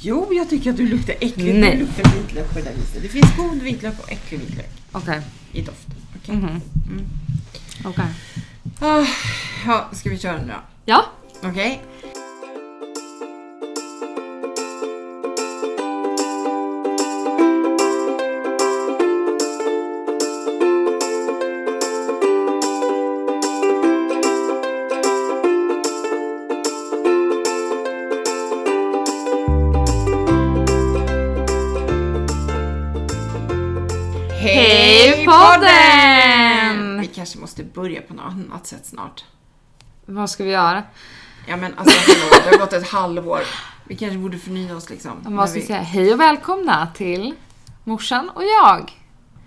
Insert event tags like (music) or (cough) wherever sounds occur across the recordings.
Jo, jag tycker att du luktar äckligt. Nej. Du luktar vitlök på det där viset. Det finns god vitlök och äcklig vitlök Okej. i doft. Okej. Mhm. Mm. Okej. Ah, ja, ska vi köra nu då? Ja. Okej. Hej podden! Vi kanske måste börja på något annat sätt snart. Vad ska vi göra? Ja men alltså hallå, det har gått ett halvår. Vi kanske borde förnya oss liksom. Man När måste vi... säga hej och välkomna till morsan och jag.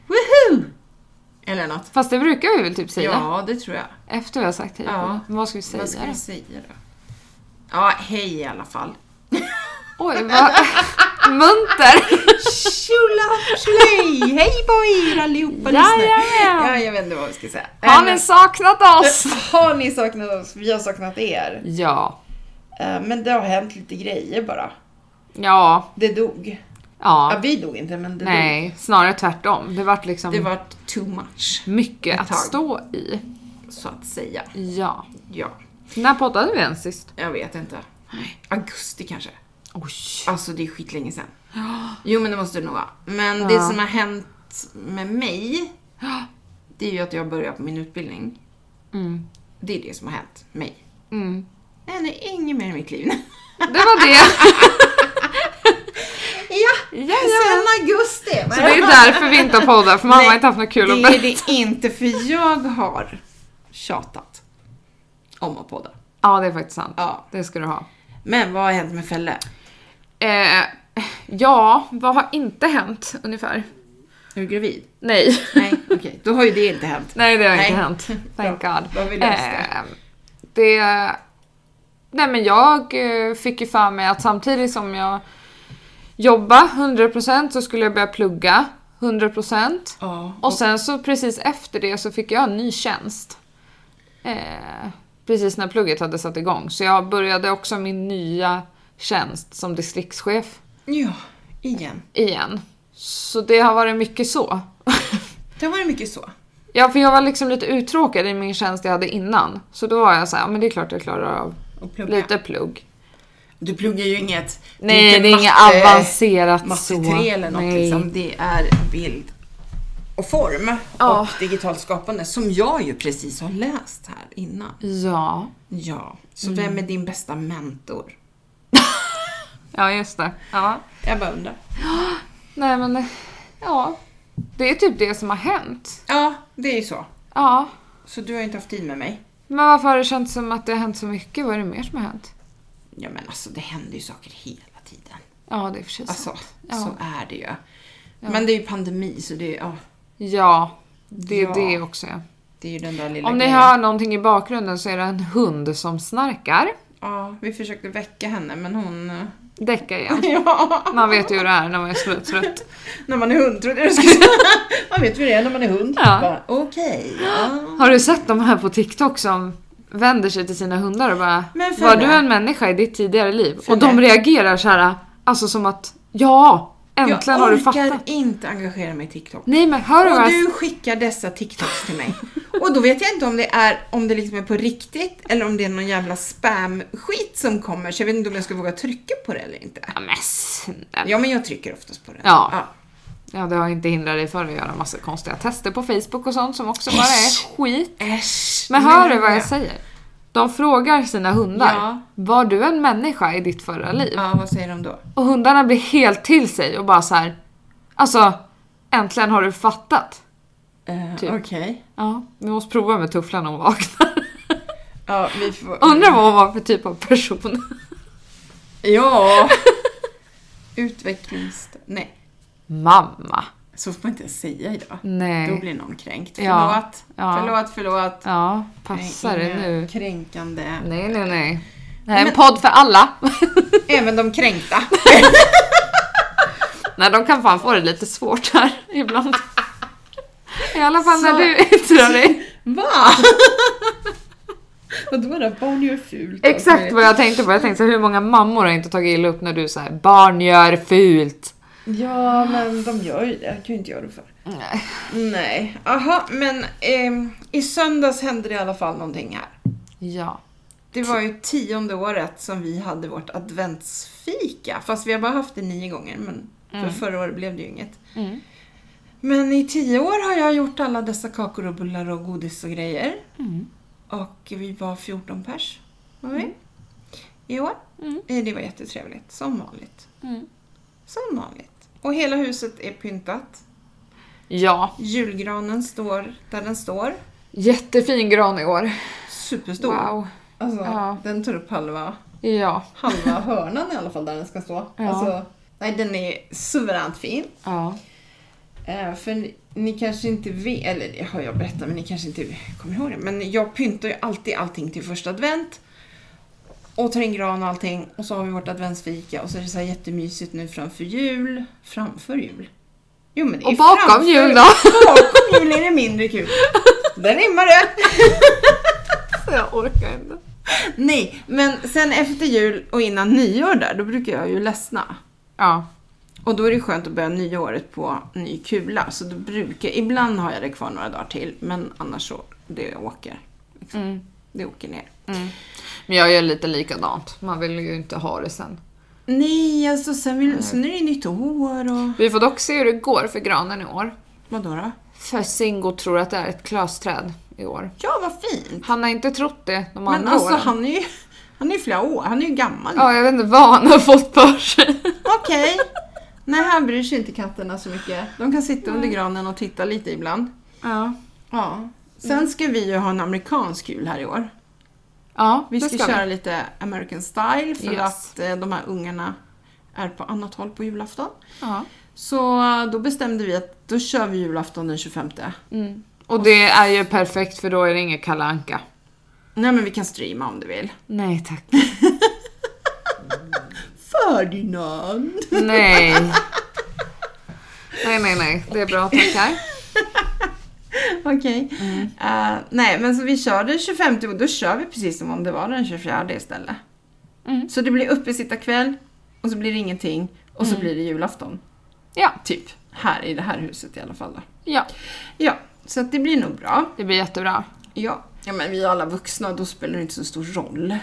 Woohoo! Eller något. Fast det brukar vi väl typ säga? Ja, det tror jag. Efter vi har sagt hej. Ja. Men Vad ska vi säga? Vad ska vi säga då? Ja, hej i alla fall. Oj, vad (laughs) (laughs) munter! Tjola tjolej! Hej på er allihopa lyssnare! Jajamän. Ja, jag vet inte vad vi ska säga. Har Men- ni saknat oss? har ni saknat oss? Vi har saknat er. Ja. Eh, Men det har hänt lite grejer bara. Ja. Det dog. Ja, Ja. vi dog inte men det dog. Nej, snarare tvärtom. Det vart liksom Det var too much, mycket ett att tag. stå i. så att säga. Ja. Ja, När poddade vi ens sist? jag vet inte. Augusti kanske. Oj. Alltså det är skitlänge sedan. Jo men det måste det nog vara. Men det som har hänt med mig, det är ju att jag börjar på min utbildning. (gasps) Mm. Det är det som har hänt mig. Mm. Nej, det är inget mer i mitt liv. Det var det. (laughs) ja, Jajamän. sen augusti. Så det är därför vi inte har poddar, för mamma Nej, har inte haft något kul att Det är berätta. det inte, för jag har tjatat om att podda. Ja, det är faktiskt sant. Ja. Det ska du ha. Men vad har hänt med Felle? Eh, ja, vad har inte hänt ungefär? Är du gravid? Nej. Nej, okej. Då har ju det inte hänt. (laughs) Nej, det har Nej. inte hänt. Thank Bra. God. Då har vi löst det. Eh, det... Nej men jag eh, fick ju för mig att samtidigt som jag jobbade 100% så skulle jag börja plugga 100%. Ja. Och sen så precis efter det så fick jag en ny tjänst. Eh, precis när plugget hade satt igång. Så jag började också min nya tjänst som distriktschef Ja, igen. igen. Så det har varit mycket så. (laughs) Det har varit mycket så. Ja, för jag var liksom lite uttråkad i min tjänst jag hade innan. Så då var jag så här, "Ja, men det är klart jag klarar av Och plugga. lite plugg. Du pluggar ju inget. Nej, det är inget matte- avancerat matte så. tre eller något Nej. liksom. Det är bild och form Ja. och digitalt skapande som jag ju precis har läst här innan. Ja. Ja, så Mm. vem är din bästa mentor? Ja, just det. Ja. Jag bara undrar. Nej, men eh, ja. Det är typ det som har hänt. Ja, det är ju så. Ja. Så du har inte haft tid med mig. Men varför har det känts som att det har hänt så mycket? Vad är det mer som har hänt? Ja men alltså det händer ju saker hela tiden. Ja, det är för sig sant. Alltså, Ja. så är det ju. Men det är ju pandemi så det är, ja, Ja, det är Ja. det också. Ja. det är ju den där lilla Om ni grejen. hör någonting i bakgrunden så är det en hund som snarkar. Ja, vi försökte väcka henne men hon... (laughs) eh, Däcka igen. Ja. Man vet ju hur det är när man är sluttrött. När man är hund trodde jag du skulle säga. Man vet hur det är när man är hund. Ja. Bara, Okej. ja. Har du sett de här på TikTok som vänder sig till sina hundar och bara Men Felle- Var du en människa i ditt tidigare liv? Och de Felle- reagerar så här, alltså som att Ja! Äntligen har du Jag fattat. orkar inte engagera mig i TikTok. Nej men hör du alltså- vad Och jag- du skickar dessa TikToks till mig. Och då vet jag inte om det är om det liksom är på riktigt eller om det är någon jävla spam-skit som kommer. Så jag vet inte om jag ska våga trycka på det eller inte. Ja, men snälla. Ja, men jag trycker oftast på det. Ja. Ja, det har inte hindrat dig för att göra massa konstiga tester på Facebook och sånt som också bara är skit. Äsch. Men nu hör du vad hör jag säger? De frågar sina hundar, Ja. var du en människa i ditt förra liv? Ja, vad säger de då? Och hundarna blir helt till sig och bara så här. alltså äntligen har du fattat. Eh, Typ. Okej. Ja, vi måste prova med tufflan om hon vaknar. Ja, vi får... (laughs) Undrar vad hon var för typ av person. (laughs) Ja. Utvecklings... Nej, Mamma. så får man inte säga idag. Då Nej. blir någon kränkt. Ja. Förlåt, Ja. förlåt, förlåt. Ja, passar Nej, det inga nu? Kränkande. (laughs) Nej, nej, nej. Det här är en Men- podd för alla. Även de kränkta. Nej, de kan fan få det lite svårt här (laughs) ibland. I alla fall när Så- (laughs) du yttrar dig. Va? Vadå då? Barn gör fult. (laughs) Exakt vad jag tänkte på. Jag tänkte så här, hur många mammor har inte tagit illa upp när du säger barn gör fult. Ja, men de gör ju det. Jag kan ju inte göra det för. Nej. Nej. Aha, men ehm, i söndags hände det i alla fall någonting här. Ja. Det var ju tionde året som vi hade vårt adventsfika. Fast vi har bara haft det nio gånger, men för förra året blev det ju inget. Mm. Men i tio år har jag gjort alla dessa kakor och bullar och godis och grejer. Mm. Och vi var 14 pers var vi. i år. Mm. Eh, Det var jättetrevligt, som vanligt. Mm. Som vanligt. Och hela huset är pyntat. Ja. Julgranen står där den står. Jättefin gran i år. Superstor. Wow. Alltså, Ja. Den tar upp halva, Ja. halva hörnan i alla fall där den ska stå. Ja. Alltså, nej, den är suveränt fin. Ja. Eh, för ni, ni kanske inte vet, eller det har jag berättat men ni kanske inte kommer ihåg det. Men jag pyntar ju alltid allting till första advent. Och tar in gran och allting. Och så har vi vårt adventsfika och så är det så här jättemysigt nu framför jul. Framför jul? Jo men det är Och bakom framför- jul då? Bakom jul är det mindre kul. Där rimmar det! (laughs) Jag orkar inte. Nej, men sen efter jul och innan nyår där, då brukar jag ju ledsna. Ja. Och då är det skönt att börja nyåret på ny kula. Så då brukar, ibland har jag det kvar några dagar till, men annars så, det åker. Liksom. Mm. Det åker ner. Mm. Men jag gör lite likadant. Man vill ju inte ha det sen. Nej, alltså sen, vill, sen är det ju nytt år och... Vi får dock se hur det går för granen i år. Vadå då? För Singo tror att det är ett klösträd i år. Ja, vad fint! Han har inte trott det de Men andra alltså åren. han är ju... Han är ju flera år, han är ju gammal. Ja, jag vet inte vad han har fått för sig. Okej. Nej, här bryr sig inte katterna så mycket. De kan sitta under granen och titta lite ibland. Ja, Ja. Sen ska vi ju ha en amerikansk jul här i år. ja Vi det ska, köra vi. lite American style för Yes. att eh, de här ungarna är på annat håll på julafton. Ja. Så eh, då bestämde vi att då kör vi julafton den 25. Mm. Och det är ju perfekt för då är det ingen Kalle Anka. Nej men vi kan streama om du vill. Nej tack. Ferdinand! Nej. Nej, nej, nej. Det är bra, tackar. (laughs) Okej. Mm. Eh, nej men så vi kör den 25 och då kör vi precis som om det var den 24 istället. Mm. Så det blir uppesittarkväll och så blir det ingenting och Mm. så blir det julafton. Ja, Typ. Här i det här huset i alla fall då. ja. Ja, så att det blir nog bra. Det blir jättebra. Ja. ja, men vi är alla vuxna då spelar det inte så stor roll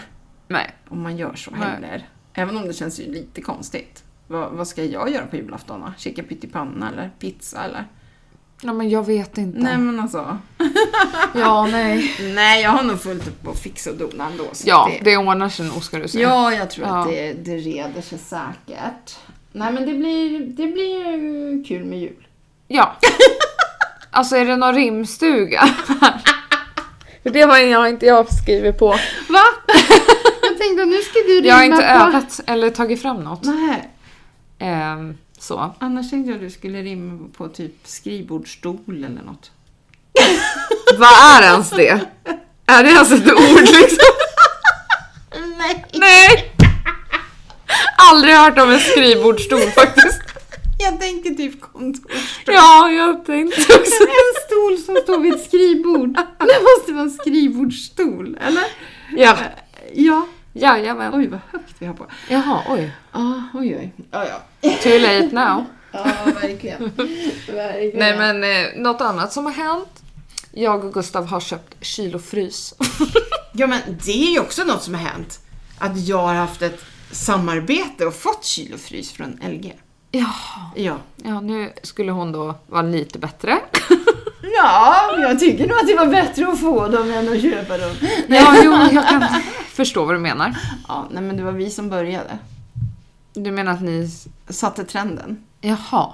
Nej. om man gör så Nej. heller. Även om det känns ju lite konstigt. Vad, vad ska jag göra på julafton då? Kika pyttipanna eller pizza eller? Ja, men jag vet inte. Nej men alltså. Ja, nej. Nej, jag har nog fullt upp på att fixa och dona ändå. Så Ja, att det, det ordnar sig nog ska du säga. ja, jag tror att Ja. det, det reder sig säkert. Nej men det blir, det blir ju kul med jul. Ja. Alltså är det någon rimstuga? För det har jag inte jag skrivit på. Va? jag tänkte nu ska du Jag har inte övat eller tagit fram något. Nej, Ehm, så. annars tänkte jag du skulle rimma på typ skrivbordsstol eller något. Vad är ens det? Är det ens ett ord liksom? Nej! Nej! Aldrig hört om en skrivbordsstol faktiskt. Jag tänker typ (laughs) kontorsstol. Ja, jag tänkte också. En stol som står vid ett skrivbord. Det måste vara en skrivbordsstol, eller? Ja, Ja. jajamän. Oj, vad högt vi har på. Jaha, oj. Ah, oj, oj. Ja, ja. Too late now. Ja, verkligen. verkligen. Nej men eh, något annat som har hänt. Jag och Gustav har köpt kyl och frys. Ja, men det är ju också något som har hänt. Att jag har haft ett samarbete och fått kyl och frys från LG. Jaha. Ja. Ja, nu skulle hon då vara lite bättre. Ja, jag tycker nog att det var bättre att få dem än att köpa dem. Ja, jo, jag kan förstå vad du menar. Ja, nej men det var vi som började. Du menar att ni... Satte trenden. Jaha.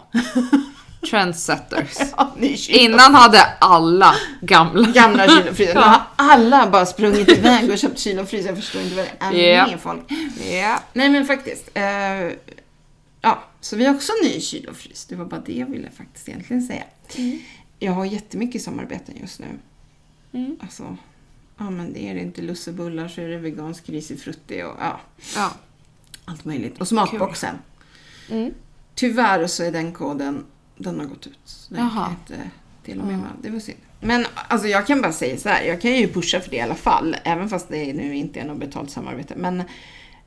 Trendsetters. Ja, ni kyl- Innan hade alla gamla. (laughs) Gamla kyl och frys. Nu har Ja. alla bara sprungit iväg och köpt kyl och frys. Jag förstår inte vad det är Ja. med folk. Ja. Nej men faktiskt. eh, ja, så vi har också ny kyl och frys. Det var bara det jag ville faktiskt egentligen säga. Jag har jättemycket samarbeten just nu. Mm. Alltså, ja men det är det inte lussebullar så är det vegansk risig frutti och ja, ja. allt möjligt. Och smakboxen. Mm. Tyvärr så är den koden, den har gått ut. Så Den Jaha. kan jag inte dela med mig av. Det var synd. Men alltså jag kan bara säga så här, jag kan ju pusha för det i alla fall, även fast det nu inte är något betalt samarbete. Men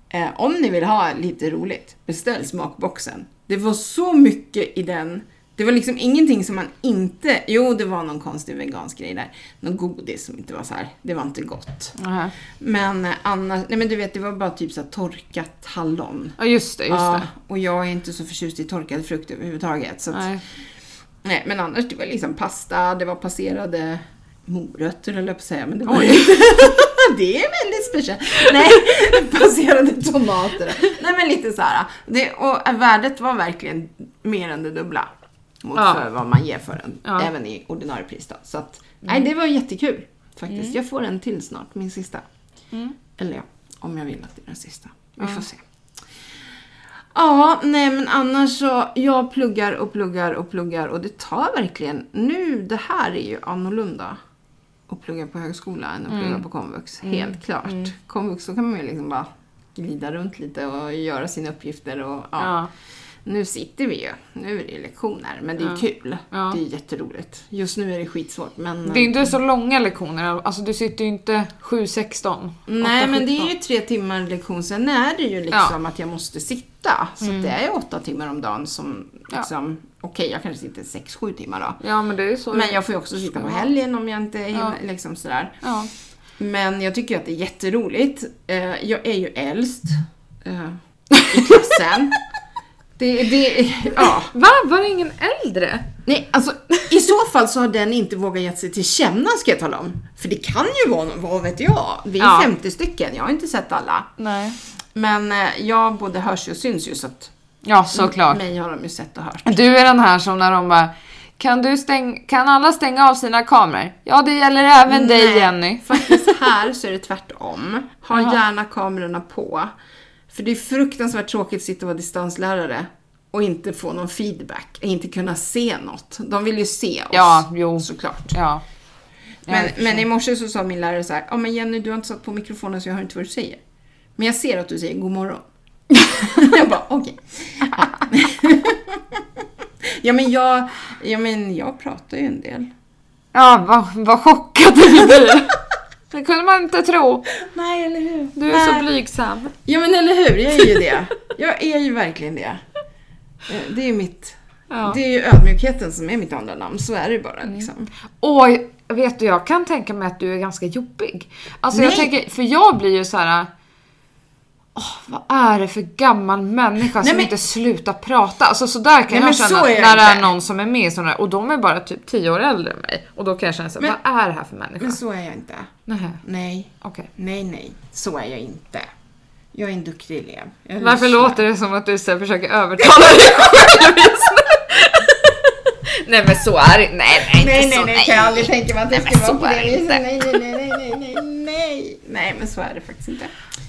eh, om ni vill ha lite roligt, beställ smakboxen. Det var så mycket i den. Det var liksom ingenting som man inte... Jo, det var någon konstig vegansk grej där. Någon godis som inte var så här, det var inte gott. Aha. Men eh, annars, nej men du vet, det var bara typ så här torkat hallon. Ja, just det. Just ja, det. och jag är inte så förtjust i torkad frukt överhuvudtaget. Så att, Nej. Nej, men annars det var liksom pasta, det var passerade morötter höll jag på att säga, men det var Oj. inte. (laughs) Det är väldigt speciellt. Nej, (laughs) passerade tomater. Nej men lite så här. Det, och värdet var verkligen mer än det dubbla. Mot Ja. för vad man ger för den. Ja. Mm. Även i ordinarie pris då. Så att, nej det var jättekul faktiskt. Jag får en till snart, min sista. Mm. Eller ja, om jag vill att det är den sista. Vi får se. Ja, nej men annars så, jag pluggar och pluggar och pluggar och det tar verkligen, nu, det här är ju annorlunda att plugga på högskola än att Mm. plugga på komvux. Helt klart. Komvux, så kan man ju liksom bara glida runt lite och göra sina uppgifter och ja. Ja. Nu sitter vi ju, nu är det ju lektioner, men det är kul. Ja. Det är jätteroligt. Just nu är det skitsvårt men... Det är inte så långa lektioner. Alltså du sitter ju inte 7-16. Nej 8-17. men det är ju tre timmar lektion, sen är det ju liksom att jag måste sitta. Så att det är ju åtta timmar om dagen som Mm. Ja. liksom, okej jag kanske sitter sex, sju timmar då. Ja, men det är så. Men jag får ju också sitta på helgen om jag inte hinner, Ja. liksom sådär. Ja. Men jag tycker ju att det är jätteroligt. Eh, Jag är ju äldst eh, (laughs) i klassen. Det, det, ja. Va? Var det ingen äldre? Nej, alltså i så fall så har den inte vågat gett sig till känna ska jag tala om. För det kan ju vara någon, vad vet jag? Vi är Ja. 50 stycken, jag har inte sett alla. Nej. Men eh, jag både hörs och syns ju så att Ja, såklart. mig har de ju sett och hört. Du är den här som när de bara kan, du stäng, kan alla stänga av sina kameror? Ja, det gäller även dig Nej, Jenny. (laughs) Faktiskt här så är det tvärtom. Ha Jaha. gärna kamerorna på. För det är fruktansvärt tråkigt att sitta och vara distanslärare och inte få någon feedback, inte kunna se något. De vill ju se oss Ja, jo. såklart. Ja. Ja, Men, jag förstår. men i morse så sa min lärare så här, ja men Jenny du har inte satt på mikrofonen så jag hör inte vad du säger. Men jag ser att du säger god morgon. jag bara okej. Ja. ja, men jag, ja men jag pratar ju en del. Ja, vad, vad chockad (laughs) du blir. Det kunde man inte tro. Nej eller hur. Du är så blygsam. Ja men eller hur, jag är ju det. Jag är ju verkligen det. Eh, Det är ju mitt, Ja. det är ju ödmjukheten som är mitt andra namn, så är det ju bara liksom. Och vet du, jag kan tänka mig att du är ganska jobbig. Alltså jag Nej. tänker, för jag blir ju så här. Åh, vad är det för gammal människa som men- inte slutar prata? Alltså sådär kan Nej, men jag så känna är det när det är inte. någon som är med i sådana här- och de är bara typ 10 år äldre än mig. Och då kan jag känna såhär, Men- vad är det här för människa? Men så är jag inte. Nähä, Nej, okej. nej, nej. Så är jag inte. Jag är en duktig elev. Jag Varför lyssnar. låter det som att du så här (laughs) försöker övertala dig själv just nu? (laughs) Nej men så är det Nej nej, Nej, inte nej, så, nej, kan jag aldrig tänka mig att det Nej, ska men vara på så det är viset. det inte. Nej, nej, nej, nej, nej, nej, nej. Nej, men så är det faktiskt inte.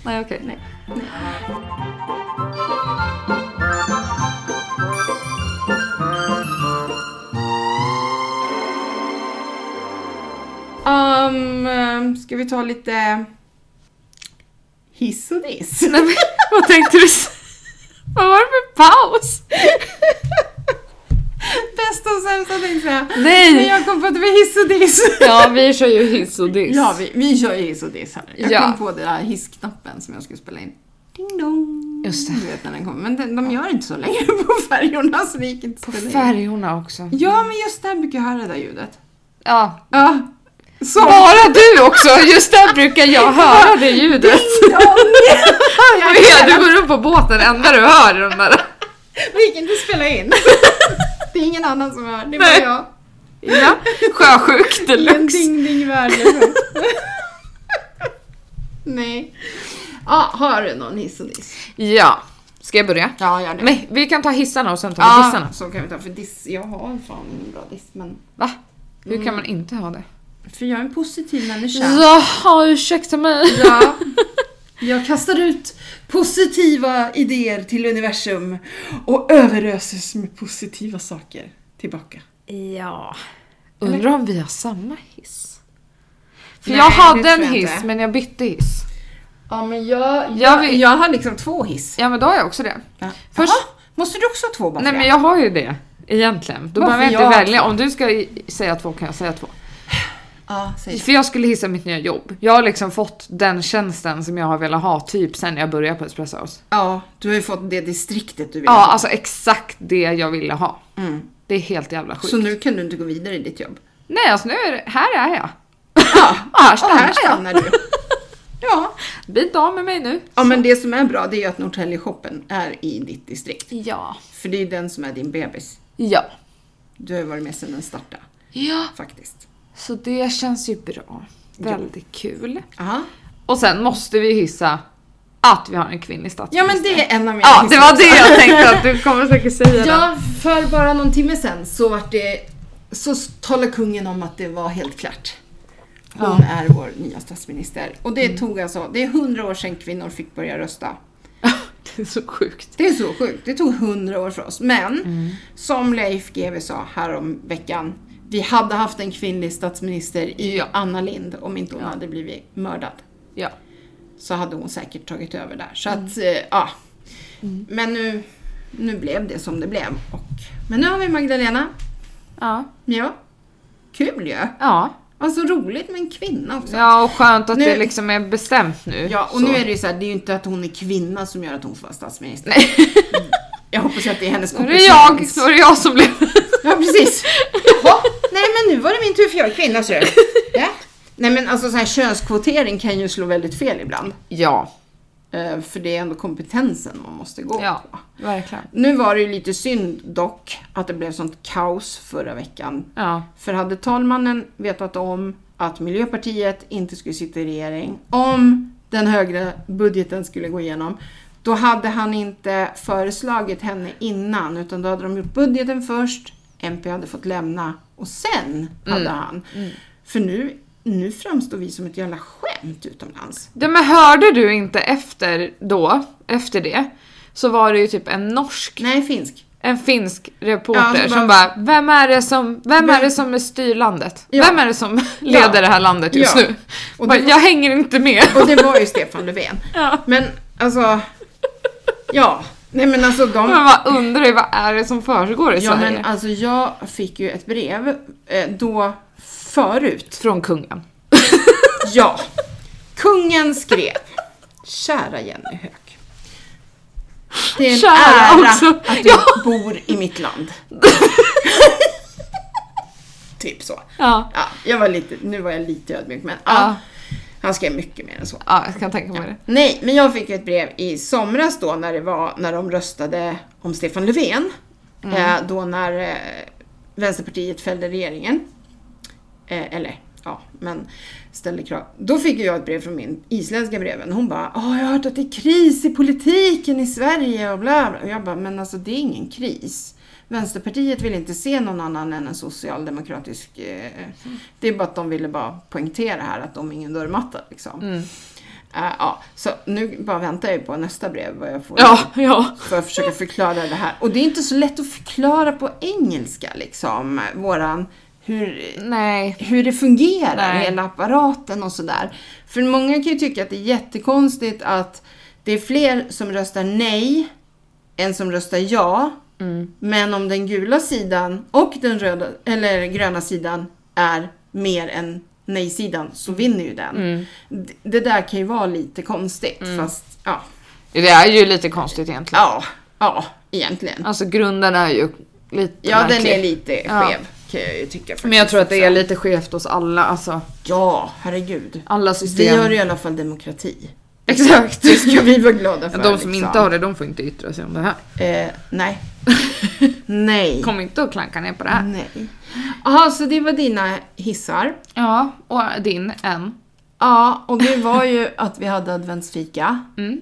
Nej okej. Nej. Um, um, ska vi ta lite hiss och diss? Nej, men, vad tänkte du s- Vad var det för paus? (laughs) Bästa och sämsta tänkte jag. Nej. Men jag kom på att det var hiss och diss. Ja, vi kör ju hiss och diss. Ja, vi, vi kör ju hiss och diss här. Jag Ja. kom på den här hissknappen som jag skulle spela in. Ding dong. Just det. Du vet när den kommer. Men den, de gör inte så länge (laughs) på färjorna så vi gick inte På spela in. färjorna också. Ja, men just där brukar jag höra det där ljudet. Ja. Ja. Så. Bara du också! Just där brukar jag höra det ljudet. Ding dong. (laughs) Jag vet, du går upp på båten, enda du hör är de där. Vi gick inte spela in. Det är ingen annan som hör, det är bara Nej. jag. Ja. Sjösjuk I en deluxe. ding ding (laughs) värld. liksom. Nej. Ja, har du någon hiss och diss? Ja. Ska jag börja? Ja, gör det. Nej, vi kan ta hissarna och sen tar vi ja, dissarna. så kan vi ta för diss. Jag har fan ingen bra diss, men Va? Hur kan man inte ha det? För jag är en positiv människa. Jaha, ursäkta mig. Ja. Jag kastar ut positiva idéer till universum och överöses med positiva saker tillbaka. Ja. Undrar om vi har samma hiss? För Nej, jag det hade tror en jag hiss, inte. men jag bytte hiss. Ja, men jag, Jag jag, vill- jag har liksom två hiss. Ja, men då har jag också det. Först, Först- måste du också ha två bara Nej för men det? jag har ju det egentligen. Då Varför behöver jag inte jag har välja. Om du ska i- säga två kan jag säga två. Ja, säg det. För jag skulle hissa mitt nya jobb. Jag har liksom fått den tjänsten som jag har velat ha typ sen jag började på Espresso House. Ja, du har ju fått det distriktet du vill Ja, ha. alltså exakt det jag ville ha. Mm. Det är helt jävla sjukt. Så nu kan du inte gå vidare i ditt jobb? Nej, alltså nu är det, här är jag. Ja, Och här och stannar här jag. stannar du. Ja. Bli inte av med mig nu. ja, men det som är bra det är ju att Norrtäljeshoppen är i ditt distrikt. Ja. För det är ju den som är din bebis. Ja. Du har ju varit med sedan den startade, Ja. faktiskt. Så det känns ju bra. Väldigt kul. Aha. Och sen måste vi hissa att vi har en kvinnlig Ja, statsminister. men det är en av mina Ja, det hissar. var det jag tänkte att du kommer säkert säga. det. Ja, för bara någon timme sen så vart det så talade kungen om att det var helt klart. Hon är vår nya statsminister. Och det tog alltså, det är hundra år sedan kvinnor fick börja rösta. (laughs) Det är så sjukt. Det är så sjukt, Mm. det tog hundra år för oss. Men som Leif GW sa härom veckan, vi hade haft en kvinnlig statsminister i Ja. Anna Lind om inte hon hade blivit mördad Ja. så hade hon säkert tagit över där. Så att, eh, ja. Men nu, nu blev det som det blev. Och, men nu har vi Magdalena. Ja. Ja. Kul ju! Ja. Alltså roligt med en kvinna också. Ja, och skönt att Nu- det liksom är bestämt nu. Ja, och så. nu är det ju så här, det är ju inte att hon är kvinna som gör att hon får vara statsminister. (laughs) Jag hoppas att det är hennes Då är det jag, då är det jag som blev... Ja, precis. Jaha, nej men nu var det min tur för jag är kvinna (laughs) så ja. Nej men alltså så här, könskvotering kan ju slå väldigt fel ibland. (laughs) Ja. Eh, För det är ändå kompetensen man måste gå Ja, på. verkligen. Nu var det ju lite synd dock att det blev sånt kaos förra veckan. Ja. För hade talmannen vetat om att Miljöpartiet inte skulle sitta i regering, om den högre budgeten skulle gå igenom, då hade han inte föreslagit henne innan utan då hade de gjort budgeten först, MP hade fått lämna och sen hade han. För nu, nu framstår vi som ett jävla skämt utomlands. Det, men hörde du inte efter då, efter det, så var det ju typ en norsk, Nej, finsk. en finsk reporter Ja, som som bara Vem är det som, vem är det som är styr landet? Ja. Vem är det (laughs) som leder det här landet just Ja. nu? Och bara, det var- Jag hänger inte med. (laughs) Och det var ju Stefan Löfven. Ja. Men alltså, ja. Nej men alltså de... Man bara undrar ju, vad är det som försiggår i Ja Sverige? men alltså jag fick ju ett brev eh, då förut. Från kungen. Ja. Kungen skrev. Kära Jenny Höök. Det är en Kära ära också. att du Ja. bor i mitt land. typ så. Ja. Ja, jag var lite, nu var jag lite ödmjuk men ja. Ja. Han skrev mycket mer än så. ja, jag kan tänka mig det. Nej, men jag fick ett brev i somras då när det var när de röstade om Stefan Löfven. Eh, då när eh, Vänsterpartiet fällde regeringen. Eh, eller ja, men ställde krav. Då fick jag ett brev från min isländska brevvän. Hon bara Åh, jag har hört att det är kris i politiken i Sverige och bla bla. Och jag bara, men alltså det är ingen kris. Vänsterpartiet vill inte se någon annan än en socialdemokratisk... Eh, det är bara att de ville bara poängtera här att de är ingen dörrmatta liksom. Eh, ja, så nu bara väntar jag ju på nästa brev vad jag får Ja, ja. för att försöka förklara det här. Och det är inte så lätt att förklara på engelska liksom, våran, hur, Nej. hur det fungerar, Nej. hela apparaten och sådär. För många kan ju tycka att det är jättekonstigt att det är fler som röstar nej än som röstar ja. Mm. Men om den gula sidan och den röda, eller gröna sidan är mer än nej-sidan så vinner ju den. Mm. D- Det där kan ju vara lite konstigt fast ja, Det är ju lite konstigt egentligen. ja, ja, egentligen. Alltså grunden är ju lite Ja, den märklig. är lite skev Ja. kan jag ju tycka faktiskt. Men jag tror att det är också. lite skevt hos alla, alltså Ja, herregud. alla Vi system. har i alla fall demokrati. Exakt. Det ska vi vara glada för. (laughs) De som liksom. inte har det, de får inte yttra sig om det här. Eh, nej. (laughs) nej. Kom Ah. inte och klanka ner på det här. Nej. Jaha, så det var dina hissar. Ja, och din en. Ja, och det var (laughs) ju att vi hade adventsfika. Mm.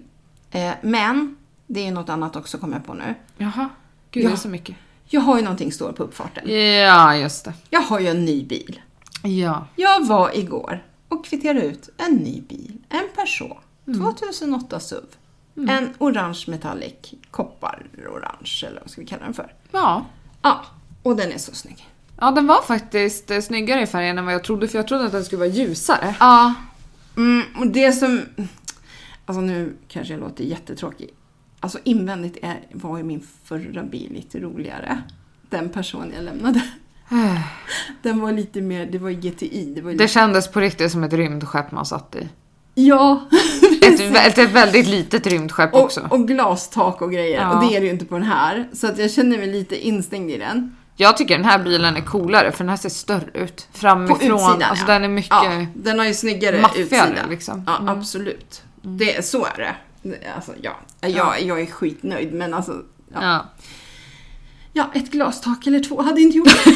Eh, men, det är ju något annat också kommer jag på nu. Jaha. Gud, Ja. det är så mycket. Jag har ju någonting stort på uppfarten. Ja, just det. Jag har ju en ny bil. Ja. Jag var igår och kvitterade ut en ny bil. En Peugeot Mm. 2008 SUV. En orange metallic, kopparorange eller vad ska vi kalla den för. Ja. Ja, och den är så snygg. Ja, den var faktiskt eh, snyggare i färgen än vad jag trodde, för jag trodde att den skulle vara ljusare. (sighs) Ja. Mm, och det som... Alltså nu kanske jag låter jättetråkig. Alltså invändigt är, var ju min förra bil lite roligare. Den personen jag lämnade. Den var lite mer, det var GTI. Det var Det lite, kändes på riktigt som ett rymdskepp man satt i. ja, (laughs) Ett, vä- ett väldigt litet rymdskepp och, också. och glastak och grejer. Ja. Och det är det ju inte på den här. Så att jag känner mig lite instängd i den. Jag tycker den här bilen är coolare för den här ser större ut. Framifrån. utsidan, alltså ja. den är mycket... Ja, den har ju snyggare maffigare, utsida. liksom. Ja, absolut. Det, så är det. Det- Alltså, ja. Jag, jag är skitnöjd men alltså... Ja. ja. ja, ett glastak eller två hade inte gjort det.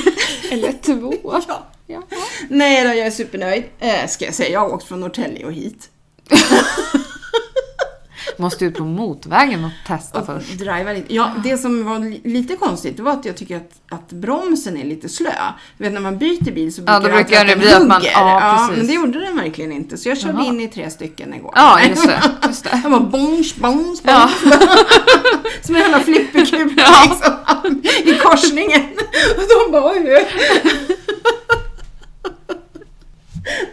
(laughs) Eller två. ja. Ja. Nej då, jag är supernöjd. Eh, ska jag säga. Jag har åkt från Norrtälje och hit. Måste ut på motorvägen och testa först. Driva lite. Ja, det som var li- lite konstigt det var att jag tycker att, att bromsen är lite slö. Du vet när man byter bil så brukar, Ja, då brukar alltid det bli den att man- hugger. ja, ja, precis. men det gjorde den verkligen inte. Så jag körde Jaha. in i tre stycken igår. Ja, just det. Just det. Jag bara bonch, bonch, Ja. (laughs) Som en jävla flipperkula Ja. liksom, i korsningen. Och de bara oj.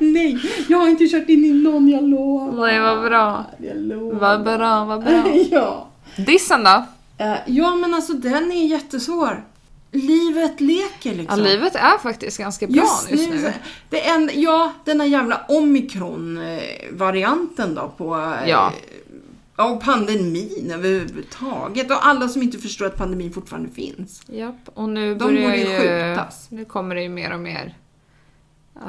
Nej, jag har inte kört in i någon, jag lovar. Nej, vad bra. Jag lovar. Vad bra, vad bra. (laughs) (laughs) Ja. Dissen då? Eh, ja, men alltså den är jättesvår. Livet leker Ja, liksom. livet är faktiskt ganska bra Just just nu. nu. Det är en, ja, den här jävla omikron-varianten då på... eh, Ja. ja, Och pandemin överhuvudtaget. Och alla som inte förstår att pandemin fortfarande finns. Japp, och nu De börjar borde ju ju... skjutas. Nu kommer det ju mer och mer.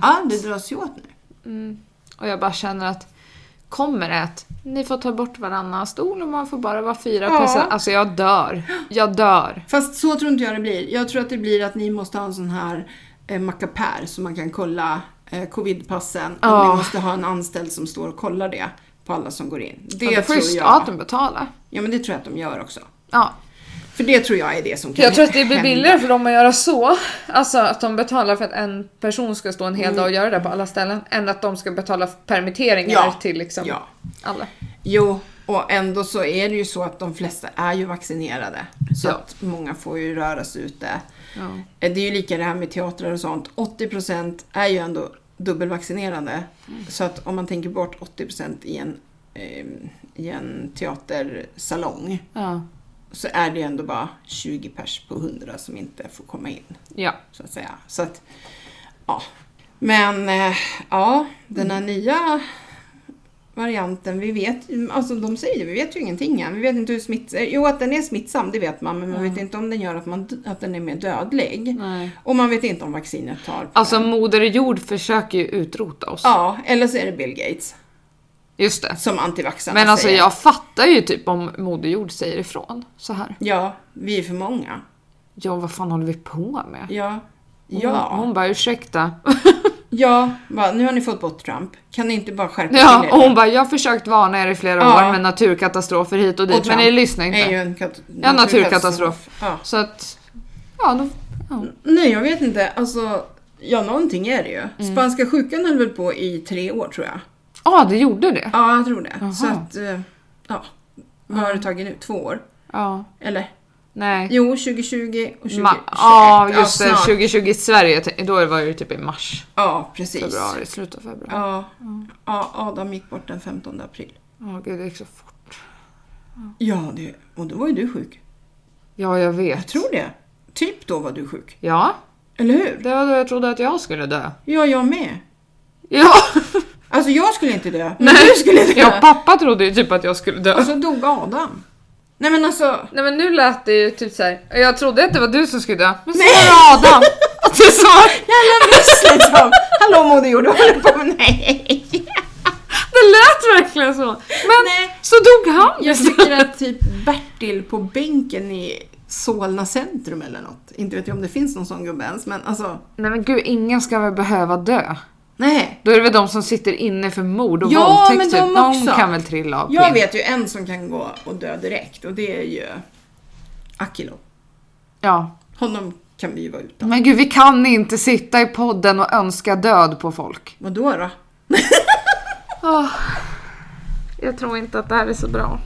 Ja, det dras ju åt nu. Mm. Och jag bara känner att kommer det att ni får ta bort varannan stol och man får bara vara fyra Ja. personer. Alltså jag dör. Jag dör. Fast så tror inte jag det blir. Jag tror att det blir att ni måste ha en sån här eh, mackapär så man kan kolla eh, covidpassen. Och Ja. ni måste ha en anställd som står och kollar det på alla som går in. Det Det är tror schysst jag. att de betalar. Ja, men det tror jag att de gör också. Ja. För det tror jag är det som kan Jag tror att det blir hända. billigare för dem att göra så. Alltså att de betalar för att en person ska stå en Mm. hel dag och göra det på alla ställen. Än att de ska betala för permitteringar Ja. till liksom Ja. alla. Jo, och ändå så är det ju så att de flesta är ju vaccinerade. Så Ja. att många får ju röra sig ute. Eh, Ja. Det är ju lika det här med teatrar och sånt. 80% är ju ändå dubbelvaccinerade. Mm. Så att om man tänker bort 80% i en, eh, i en teatersalong Ja. så är det ju ändå bara 20 pers på 100 som inte får komma in. ja. Så att säga. Så att, ja. Men eh, ja, den här nya varianten, vi vet ju- alltså de säger ju, vi vet ju ingenting än. Vi vet inte hur smittsam, jo att den är smittsam det vet man, men man vet inte om den gör att, man, d- att den är mer dödlig. Mm. Nej. Och man vet inte om vaccinet tar på Alltså den. moder jord försöker ju utrota oss. Ja, eller så är det Bill Gates Just det. som antivaxxarna Men alltså säger. jag fattar ju typ om moder jord säger ifrån så här. Ja, vi är för många. Ja, vad fan håller vi på med? Ja. Hon, Ja, hon bara ursäkta. ja va, nu har ni fått bort Trump. Kan ni inte bara skärpa till Ja, er? och hon bara, jag har försökt varna er i flera Ja. år med naturkatastrofer hit och dit, men Trump ni lyssnar inte. Är ju en kat- Ja, naturkatastrof. Ja. Så att, ja, då, ja. Nej, jag vet inte. Alltså, ja, någonting är det ju. Mm. Spanska sjukan höll väl på i tre år tror jag. Ah, det gjorde det. Ja, jag tror det. Jaha. Så att, eh, ja. Vad har det tagit nu? Två år? Ja, Eller? nej. Jo, 2020 och 2021. Ma- ja, just det. snart. 2020 i Sverige, t- då var det ju typ i mars, Ja, precis. februari, slutet av februari. Ja, Ja. ja, Adam gick bort den 15 april. gud, det gick så fort. Ja, det, och då var ju du sjuk. Ja, jag Jag vet. tror det. Typ då var du sjuk. Ja, Eller hur? det var då jag trodde att jag skulle dö. Ja, jag med. (laughs) Ja, Alltså jag skulle inte dö, men du skulle dö. ja pappa trodde ju typ att jag skulle dö. Och så dog Adam. Nej men alltså, Nej men nu lät det ju typ såhär, jag trodde att det var du som skulle dö, men så var det Adam! Och det sa, Jävla buss liksom! Hallå Moder Jord, vad håller du på med? Nej! det lät verkligen så! Men Nej. så dog han Jag istället. tycker att typ Bertil på bänken i Solna centrum eller något. Inte vet jag om det finns någon sån gubbe ens, men alltså. Nej men gud, ingen ska väl behöva dö? Nej. Då är det väl de som sitter inne för mord och Ja, våldtäkt men de typ. de också. kan väl trilla av Jag pinn. vet ju en som kan gå och dö direkt och det är ju Akilo. Ja. Honom kan vi ju vara utan. Men gud, vi kan inte sitta i podden och önska död på folk. Vadå då? Jag tror inte att det här är så bra.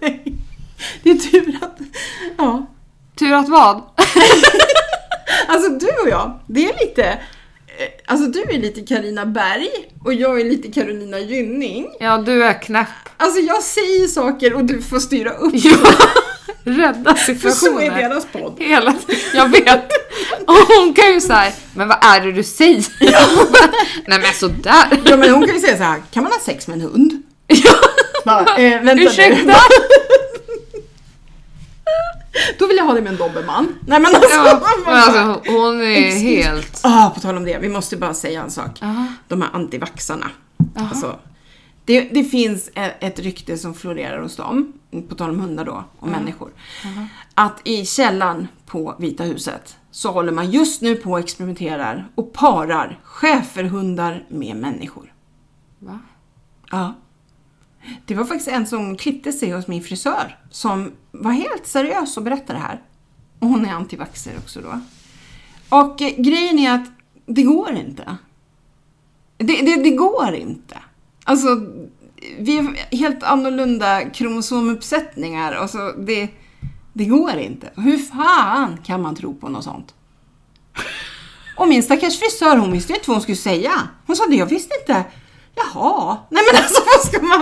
Nej. Det är tur att... Ja. Tur att vad? Alltså du och jag, det är lite... eh, Alltså du är lite Karina Berg och jag är lite Carolina Gynning. Ja, du är knäpp. Alltså jag säger saker och du får styra upp. Ja. (laughs) Rädda För så situationer. är deras podd. Hela tiden. Jag vet. Och hon kan ju såhär, men vad är det du säger? (laughs) Nej men alltså, sådär. Ja, men hon kan ju säga så här, kan man ha sex med en hund? Bara, eh, vänta nu. Ursäkta? Då vill jag ha det med en dobermann. Nej men alltså. Ja, men man bara, alltså hon är Excuse me. helt... Ah, på tal om det, vi måste bara säga en sak. Aha. De här antivaxarna. Aha. Alltså, det, det finns e- ett rykte som florerar hos dem, på tal om hundar då, och människor. Att i källan på Vita huset så håller man just nu på och experimenterar och parar schäferhundar med människor. Va? Ja. Det var faktiskt en som klippte sig hos min frisör som var helt seriös och berättade det här. Och hon är antivaxxer också då. Och eh, grejen är att det går inte. Det, det, det går inte. Alltså, vi är helt annorlunda kromosomuppsättningar. Alltså, det, det går inte. Hur fan kan man tro på något sånt? Och min stackars frisör, hon visste ju inte vad hon skulle säga. Hon sa det, jag visste inte. Jaha. Nej men alltså vad ska man...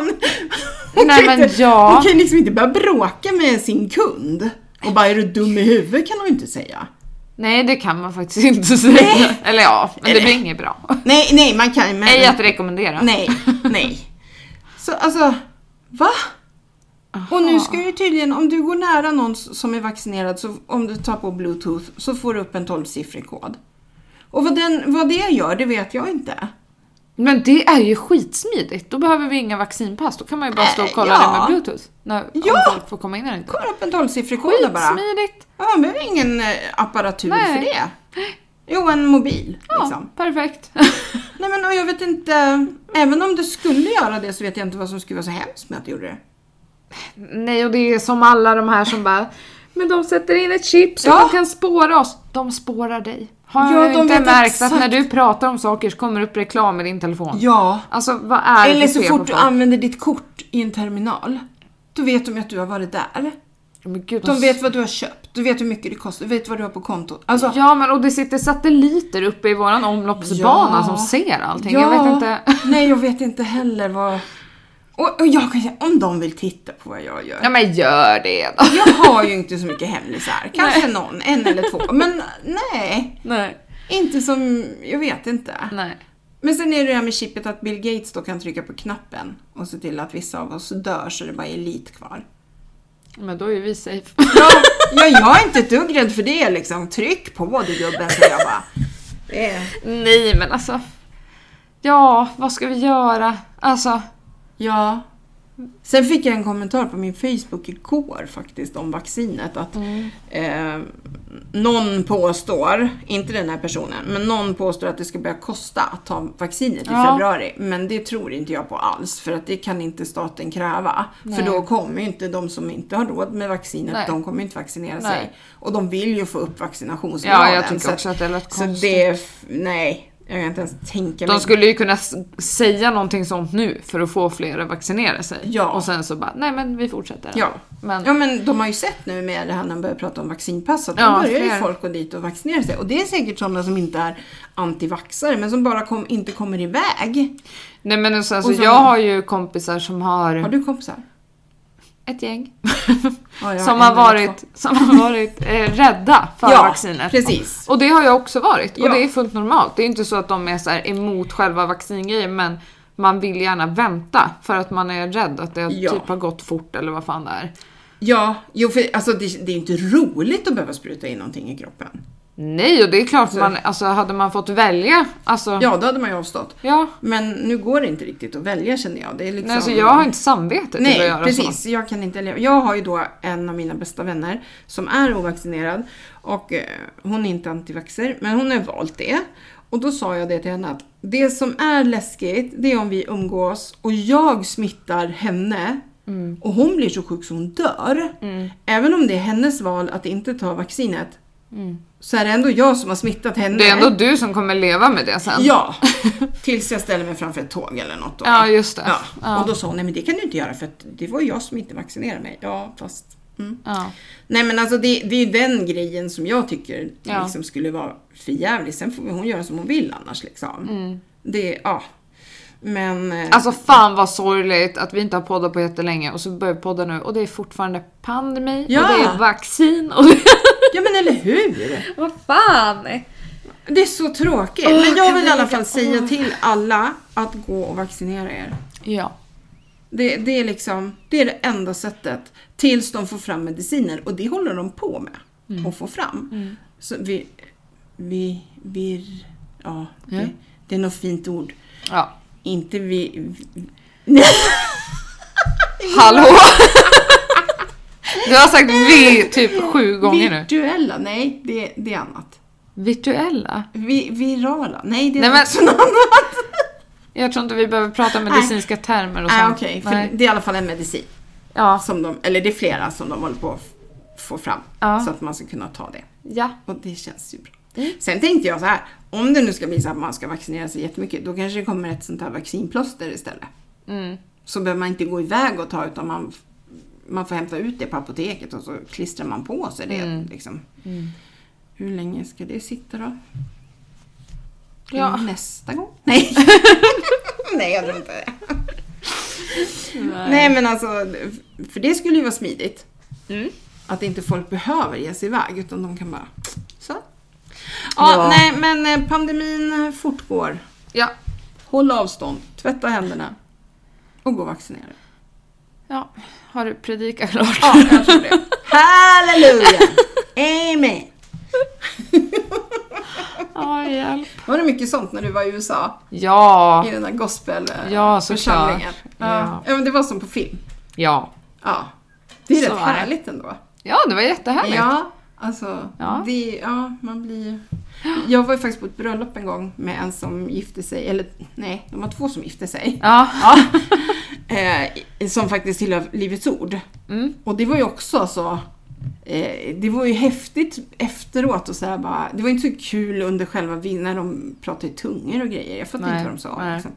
Hon Nej, kan men inte, ja. Hon kan ju liksom inte börja bråka med sin kund. Och bara, är du dum i huvudet kan hon ju inte säga. Nej det kan man faktiskt inte säga. Eller ja, men det Eller- blir inget bra. Nej, nej, man kan men... Ej att rekommendera. Nej, nej. Så alltså, va? Och nu ska ju tydligen, om du går nära någon s- som är vaccinerad, så om du tar på bluetooth så får du upp en 12-siffrig kod. Och vad, den, vad det gör, det vet jag inte. Men det är ju skitsmidigt. Då behöver vi inga vaccinpass. Då kan man ju bara stå och Äh, kolla ja. det med bluetooth. När, Ja. Om folk får komma in eller inte. Kommer upp en 12-siffrig kod där bara. Skitsmidigt. Ja, man behöver ingen eh, apparatur Nej. för det. Jo, en mobil Ja, liksom. perfekt. Nej men och jag vet inte, även om det skulle göra det så vet jag inte vad som skulle vara så hemskt med att det gjorde det. Nej, och det är som alla de här som bara Men de sätter in ett chip så Ja. de kan spåra oss. De spårar dig. Har Ja, du de inte vet märkt exakt. att när du pratar om saker så kommer det upp reklam i din telefon? Ja. Alltså vad är det Eller för så fel på fort du folk? använder ditt kort i en terminal, då vet de ju att du har varit där. Men gud, De vet vad du har köpt, du vet hur mycket det kostar, du vet vad du har på kontot. Alltså, Ja men och det sitter satelliter uppe i våran omloppsbana Ja. Alltså, som ser allting. Jag vet inte. (laughs) Nej, jag vet inte heller vad... Och, och jag kan säga, om de vill titta på vad jag gör. Ja men gör det då. Jag har ju inte så mycket hemlisar. Kanske någon, en eller två. Men nej, Nej. inte som... Jag vet inte. Nej. Men sen är det det här med chippet att Bill Gates då kan trycka på knappen och se till att vissa av oss dör så det bara är elit kvar. Men då är vi safe. (laughs) Ja, ja, jag är inte ett dugg rädd för det liksom. Tryck på du gubben, säger jag bara. Det är- Nej men alltså. Ja, vad ska vi göra? Alltså. Ja. Sen fick jag en kommentar på min Facebook igår faktiskt om vaccinet. Att Mm. eh, någon påstår, inte den här personen, men någon påstår att det ska börja kosta att ta vaccinet i Ja. februari. Men det tror inte jag på alls för att det kan inte staten kräva. För Nej. då kommer ju inte de som inte har råd med vaccinet, Nej. de kommer ju inte vaccinera Nej. sig. Och de vill ju få upp vaccinationsgraden. Ja, jag så tycker att- också att det lät Så konstigt. det, är f- nej, jag kan inte ens tänka mig. De skulle ju kunna s- säga någonting sånt nu för att få fler att vaccinera sig. Ja. Och sen så bara, nej men vi fortsätter. Ja. Men, Ja men de har ju sett nu med det här när de börjar prata om vaccinpass att Ja, då börjar ju fler. folk gå dit och vaccinera sig. Och det är säkert sådana som inte är antivaxare men som bara kom, inte kommer iväg. nej men och sen så, Och så- jag har ju kompisar som har, Har du kompisar? ett gäng. Ja, jag som, en har eller varit, två. som har varit eh, rädda för Ja, vaccinet. precis. Och det har jag också varit. Ja. Och det är fullt normalt. Det är inte så att de är så här emot själva vaccingrejen men man vill gärna vänta för att man är rädd att det Ja. typ har gått fort eller vad fan det är. Ja, jo för alltså det, det är inte roligt att behöva spruta in någonting i kroppen. Nej och det är klart man, alltså hade man fått välja, alltså Ja, då hade man ju avstått. ja. Men nu går det inte riktigt att välja känner jag. Det är liksom... Nej, alltså jag har inte samvete till att Nej, göra precis. så. Jag kan inte leva. Jag har ju då en av mina bästa vänner som är ovaccinerad och eh, hon är inte antivaxxer, men hon har valt det. Och då sa jag det till henne att det som är läskigt, det är om vi umgås och jag smittar henne Mm. och hon blir så sjuk så hon dör. Även om det är hennes val att inte ta vaccinet så är det ändå jag som har smittat henne. Mm. Det är ändå du som kommer leva med det sen. Ja, tills jag ställer mig framför ett tåg eller något. Då. Ja, just det. Ja. Ja. Och då sa hon, nej men det kan du inte göra för att det var jag som inte vaccinerade mig. Ja, fast... Mm. Ja. Nej men alltså det, det är ju den grejen som jag tycker Ja. liksom skulle vara för jävlig. Sen får hon göra som hon vill annars liksom. Det, ja. Men eh, Mm. Alltså fan vad sorgligt att vi inte har poddat på jättelänge och så börjar vi podda nu och det är fortfarande pandemi Ja. och det är vaccin och det... (laughs) ja men eller hur? Vad fan! Det är så tråkigt. Åh, men jag kan vill i vi alla lägga- fall säga till alla att gå och vaccinera er. Ja. Det, det är liksom, det är det enda sättet tills de får fram mediciner och det håller de på med Mm. att få fram. Så vi, vi, vi, ja, Ja. Det, det är något fint ord. ja. Inte vi, vi Hallå! Du har sagt vi typ sju gånger nu. virtuella, nej det, det är annat. Virtuella? Vi, virala, nej det är Nej, men- också något annat. (laughs) Jag tror inte vi behöver prata medicinska termer och sånt. Nej okej, för Nej. det är i alla fall en medicin. Ja. Som de, eller det är flera som de håller på att f- få fram. Ja. Så att man ska kunna ta det. ja. Och det känns ju bra. Mm. Sen tänkte jag så här, om det nu ska bli så att man ska vaccinera sig jättemycket, då kanske det kommer ett sånt här vaccinplåster istället. Mm. Så behöver man inte gå iväg och ta, utan man, man får hämta ut det på apoteket och så klistrar man på sig det. Mm. Liksom. Hur länge ska det sitta då? Ja. Nästa gång? (laughs) Nej! Nej, jag tror inte det. Nej, men alltså, för det skulle ju vara smidigt. Mm. Att inte folk behöver ge sig iväg utan de kan bara så. Ja, Ja. nej men eh, pandemin fortgår. Ja. Håll avstånd, tvätta händerna och gå och vaccinera dig. ja. Har du predikat klart? Ja, jag tror det. (laughs) Halleluja! Amen! (laughs) Ja, hjälp. Var det mycket sånt när du var i USA? Ja. I den där Ja, såklart. gospelförsamlingen? Ja. ja. ja, men det var som på film. Ja. Ja. Det är Så rätt är det. härligt ändå. Ja, det var jättehärligt. Ja, alltså. Ja. Det, ja, man blir Jag var ju faktiskt på ett bröllop en gång med en som gifte sig, eller nej, de var två som gifte sig. Ja. (laughs) Eh, som faktiskt tillhör Livets Ord. Mm. Och det var ju också så eh, det var ju häftigt efteråt och så här bara, det var inte så kul under själva vi- när de pratade i tungor och grejer. Jag fattar Nej, inte vad de sa. nej. Nej. Liksom.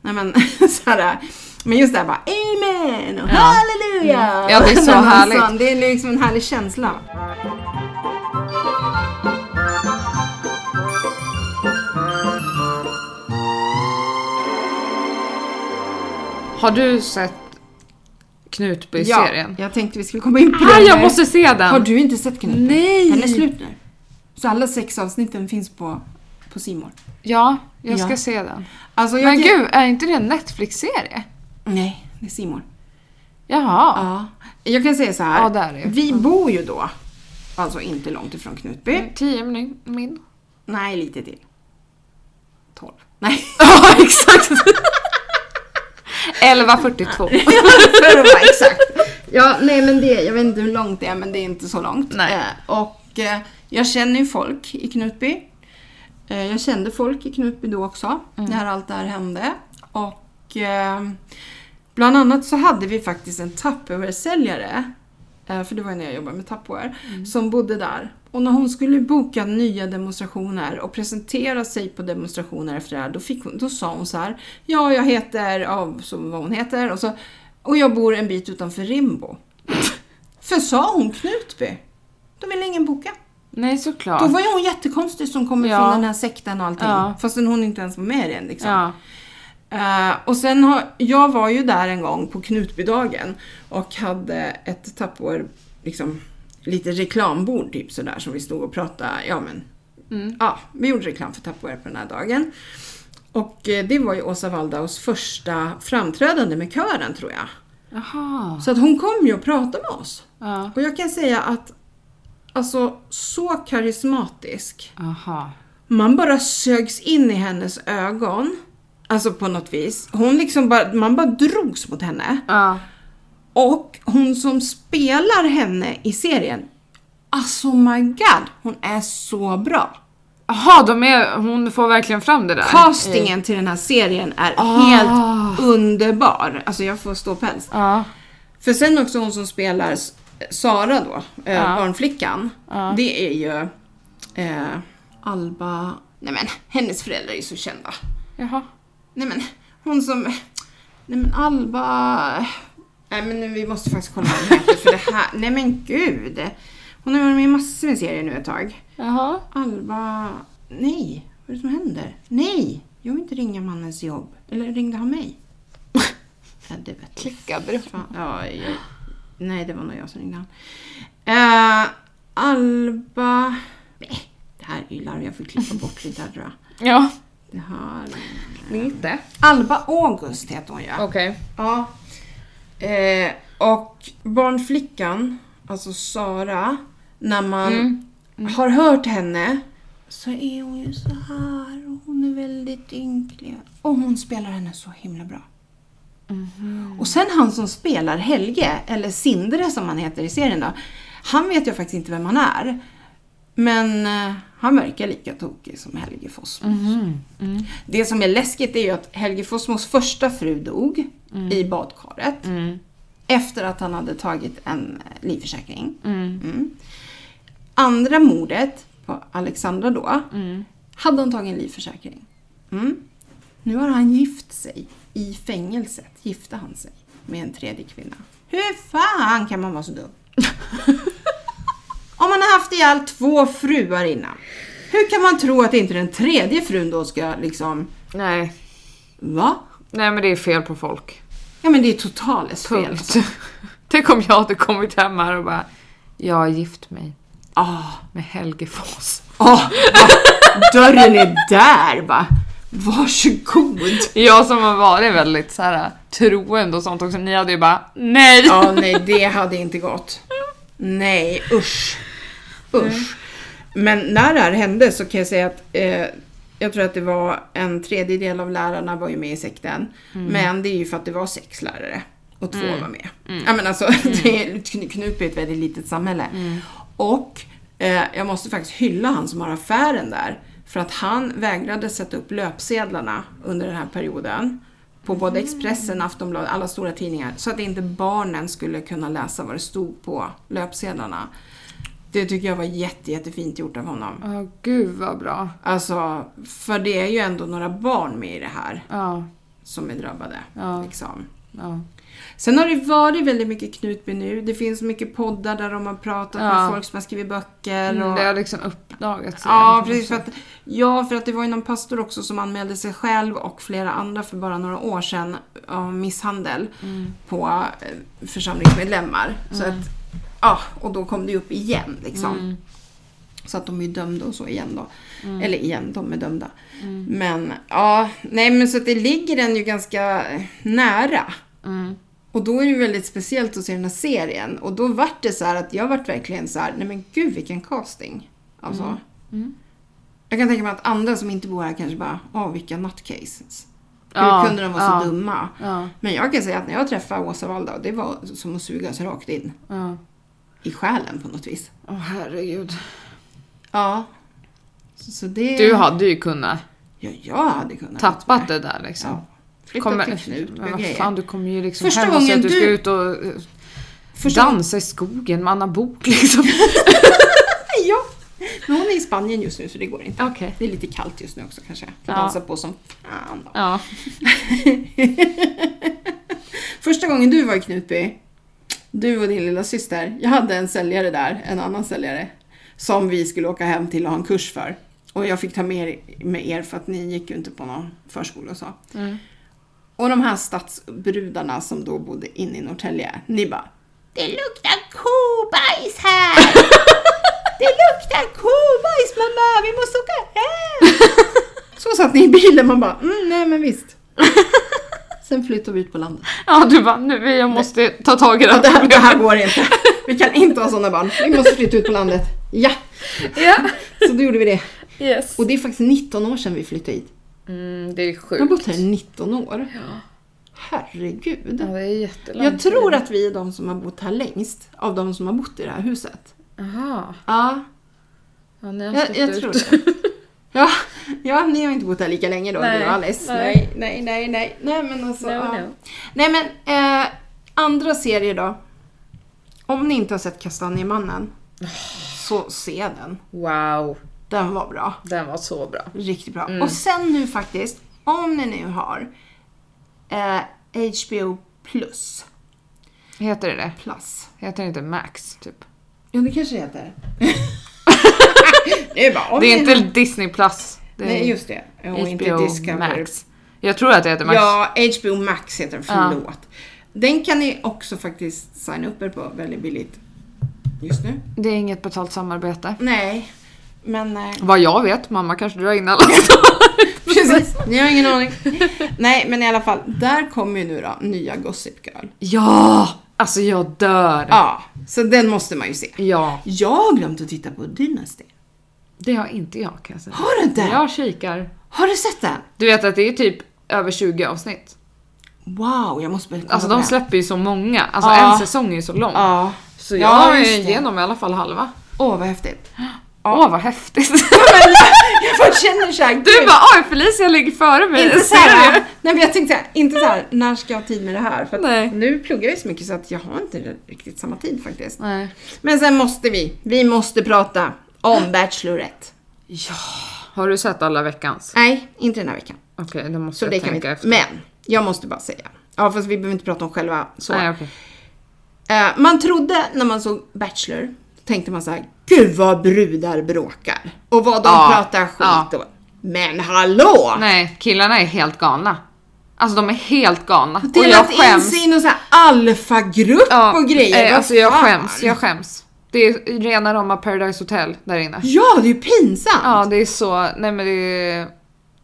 nej men (laughs) så här, men just det här bara Amen och Ja. Halleluja! Mm. Ja, det är (laughs) så Någon härligt. sån, Det är liksom en härlig känsla. Har du sett Knutby-serien? Ja, jag tänkte vi skulle komma in på Ah, den jag nu. måste se den! Har du inte sett Knuten? Nej! Den är slut nu. Så alla sex avsnitten finns på på Simor. Ja, jag ska Ja. se den. Alltså, jag Men kan- gud, är inte det en Netflix-serie? Nej, det är Simor. Jaha. Ja. Jag kan säga så här. Ja, där är det. Mm. vi bor ju då, alltså inte långt ifrån Knutby. Tio min. min. Nej, lite till. 12. Nej, (laughs) Ja, exakt. (laughs) 11.42. för att vara exakt. Ja, nej men det, jag vet inte hur långt det är men det är inte så långt. Nej. Eh, och eh, jag känner ju folk i Knutby. Eh, jag kände folk i Knutby då också, när allt det här hände. Och eh, bland annat så hade vi faktiskt en Tupperware-säljare, eh, för det var ju när jag jobbade med Tupperware, som bodde där. Och när hon skulle boka nya demonstrationer och presentera sig på demonstrationer efter det här, då, fick hon, då sa hon så här, ja jag heter, ja, så vad hon heter, och, så, och jag bor en bit utanför Rimbo. För sa hon Knutby, då ville ingen boka. Nej, såklart. Då var ju hon jättekonstig som kommer Ja. från den här sekten och allting. Ja. Fastän hon inte ens var med i den. Liksom. Ja. Eh, och sen har, jag var ju där en gång på Knutbydagen och hade ett Tupperware, liksom lite reklambord typ sådär som vi stod och pratade, ja men, Mm. ja, vi gjorde reklam för Tupperware på den här dagen. Och eh, det var ju Åsa Waldaus första framträdande med kören tror jag. Jaha. Så att hon kom ju och pratade med oss. Ja. Och jag kan säga att, alltså så karismatisk. Aha. Man bara sögs in i hennes ögon. Alltså på något vis. Hon liksom bara, man bara drogs mot henne. Ja. Och hon som spelar henne i serien. Alltså my god, hon är så bra. Jaha, de är, hon får verkligen fram det där. Castingen till den här serien är helt underbar. Alltså jag får stå päls. Ja. För sen också hon som spelar S- Sara då, eh, Ja. barnflickan. Det är ju eh, Alba... Nej men, hennes föräldrar är ju så kända. Jaha. Nej men, hon som... Nej men Alba... Nej men nu, vi måste faktiskt kolla vad hon heter för det här... Nej men gud! Hon har varit med i massor med serier nu ett tag. Jaha. Alba... Nej, vad är det som händer? Nej! Jag vill inte ringa mannens jobb. Eller ringde han (laughs) mig? ja, det vet jag. Klicka bro. Fan, Ja, jag, nej, det var nog jag som ringde han. Eh, Alba... Nej, det här är ju larv. Jag får klippa bort lite här tror jag. Ja. Det här... Lite. Alba August heter hon ja. Okej. Ja. Eh, och barnflickan, alltså Sara, när man har hört henne så är hon ju så här och hon är väldigt ynklig. Och hon spelar henne så himla bra. Och sen han som spelar Helge, eller Sindre som han heter i serien då. Han vet jag faktiskt inte vem han är. Men eh, han verkar lika tokig som Helge Fossmo. Det som är läskigt är ju att Helge Fossmos första fru dog i badkaret. Efter att han hade tagit en eh, livförsäkring. Mm. Andra mordet på Alexandra då. Hade han tagit en livförsäkring. Mm. Nu har han gift sig. I fängelset gifte han sig med en tredje kvinna. Hur fan kan man vara så dum? Om man har haft ihjäl två fruar innan. Hur kan man tro att inte den tredje frun då ska liksom... Nej. Va? Nej men det är fel på folk. Ja men det är totalt fel. Punkt. (laughs) Tänk om jag hade kommit hem här och bara Jag har gift mig Ah, med Helge Foss. ah, va? dörren är där va. Varsågod. Jag som har varit väldigt så här äh, troende och sånt också, ni hade ju bara NEJ! Ja, nej, det hade inte gått. Nej, usch. Usch. Men när det här hände så kan jag säga att eh, jag tror att det var en tredjedel av lärarna var ju med i sekten. Men det är ju för att det var sex lärare och två var med. Ja, men alltså, (laughs) det är kn- Knutby är ett väldigt litet samhälle. Och eh, jag måste faktiskt hylla han som har affären där. För att han vägrade sätta upp löpsedlarna under den här perioden på både Expressen, Aftonbladet, alla stora tidningar. Så att inte barnen skulle kunna läsa vad det stod på löpsedlarna. Det tycker jag var jätte, jättefint gjort av honom. (laughs) Ja, gud vad bra. Alltså, för det är ju ändå några barn med i det här Ja, som är drabbade. Ja. Liksom. ja. Sen har det varit väldigt mycket Knutby nu. Det finns mycket poddar där de har pratat Ja. med folk som har skrivit böcker. Och... Mm, det har liksom uppdagats Ja, igen. precis. För att, ja, för att det var ju någon pastor också som anmälde sig själv och flera andra för bara några år sedan om misshandel på eh, församlingsmedlemmar. Så att, ja, och då kom det ju upp igen liksom. Så att de är ju dömda och så igen då. Eller igen, de är dömda. Men ja, nej men så att det ligger den ju ganska eh, nära. Mm. Och då är det ju väldigt speciellt att se den här serien. Och då vart det så här att jag vart verkligen så här, nej men gud vilken casting. Alltså. Mm. Jag kan tänka mig att andra som inte bor här kanske bara, åh vilka nutcases. Hur Ja, kunde de vara ja. så dumma? Ja, Men jag kan säga att när jag träffade Åsa Waldau, det var som att sugas rakt in ja. i själen på något vis. Åh herregud. Ja. Så, så det... Du hade ju kunnat Ja, jag hade kunnat. tappat det där liksom. Ja. Flyttat till Knutby men och vad grejer. fan, du kommer ju liksom Första hem och säga att du gången ska du- ut och eh, Första gången- dansa i skogen med Anna Bok (laughs) liksom. Ja. Men hon är i Spanien just nu så det går inte. Okej. Det är lite kallt just nu också kanske. Ja. Får dansa på som fan då. Ja. Första gången du var i Knutby, du och din lilla syster. Jag hade en säljare där, en annan säljare, som vi skulle åka hem till och ha en kurs för. Och jag fick ta med er, med er för att ni gick ju inte på någon förskola och så. Mm. Och de här stadsbrudarna som då bodde inne i Norrtälje, ni bara Det luktar kobajs här! Det luktar kobajs mamma, vi måste åka hem! Så satt ni i bilen, man bara mm, nej men visst. Sen flyttade vi ut på landet. ja, du bara nu, jag måste ta tag i det Ja, det, här här, det här (laughs) problemet. går inte. Vi kan inte ha sådana barn. Vi måste flytta ut på landet. Ja, Ja, så då gjorde vi det. yes. Och det är faktiskt 19 år sedan vi flyttade hit. Mm, det är Jag har sjukt. bott här i 19 år. Herregud. Ja, det är jättelångt. Jag tror att vi är de som har bott här längst av de som har bott i det här huset. Jaha. Ja, Ja, ni har jag, stått jag ut. tror det. Ja, ja, ni har inte bott här lika länge då, Nej, du och Alice. nej. nej, nej, nej. Nej, men alltså. No, ja. no. Nej, men eh, andra serier då. Om ni inte har sett Kastanjemannen, Ah. så se den. (laughs) Wow, Den var bra. den var så bra. Riktigt bra. Och sen nu faktiskt, om ni nu har eh, HBO plus. Heter det det? plus. Heter det inte Max, typ? (laughs) Ja, det kanske det heter. det är, bara, om Det är ni- inte Disney Plus. Det är Nej, just det. Och inte Discovery Max. Jag tror att det heter Max. Ja, HBO Max heter den. Ja. Förlåt. Den kan ni också faktiskt signa upp er på väldigt billigt just nu. Det är inget betalt samarbete. Nej, men... (laughs) eh, Vad jag vet, mamma kanske drar in alla precis. Ni har ingen aning. Nej, men i alla fall. Där kommer ju nu då nya Gossip Girl. Ja! Alltså jag dör. Ja, så den måste man ju se. Ja, Jag har glömt att titta på Dynasty. det har inte jag kan jag säga. Har du inte? Jag kikar. Har du sett den? Du vet att det är typ över 20 avsnitt. Wow, jag måste börja kolla Alltså på de den. släpper ju så många. Alltså Ja. en säsong är ju så lång. Ja. Så jag är just det. igenom i alla fall halva. Åh, vad häftigt. Åh vad häftigt. Jag bara känner såhär, (laughs) Du bara oj Felicia ligger före mig. Inte så Ser här, du? nej men jag tänkte såhär, inte så här, när ska jag ha tid med det här? För att Nej. nu pluggar jag så mycket så att jag har inte riktigt samma tid faktiskt. Nej. Men sen måste vi, vi måste prata om Bachelorette. Ja. Har du sett alla veckans? Nej, inte den här veckan. Okej, det måste Så jag det kan tänka vi efter. Men, jag måste bara säga. Ja, fast vi behöver inte prata om själva så. Nej, okej. Eh, man trodde när man såg Bachelor, tänkte man så här, gud vad brudar bråkar. Och vad de Ja, pratar skit ja. och... Men hallå! Nej, killarna är helt galna. Alltså de är helt galna. Och jag Delat in skäms. sig i någon sån här alfagrupp Ja, och grejer. eh, vad alltså jag fan? skäms, jag skäms. Det är rena rama Paradise Hotel där inne. Ja, det är ju pinsamt! Ja, det är så, nej men det är...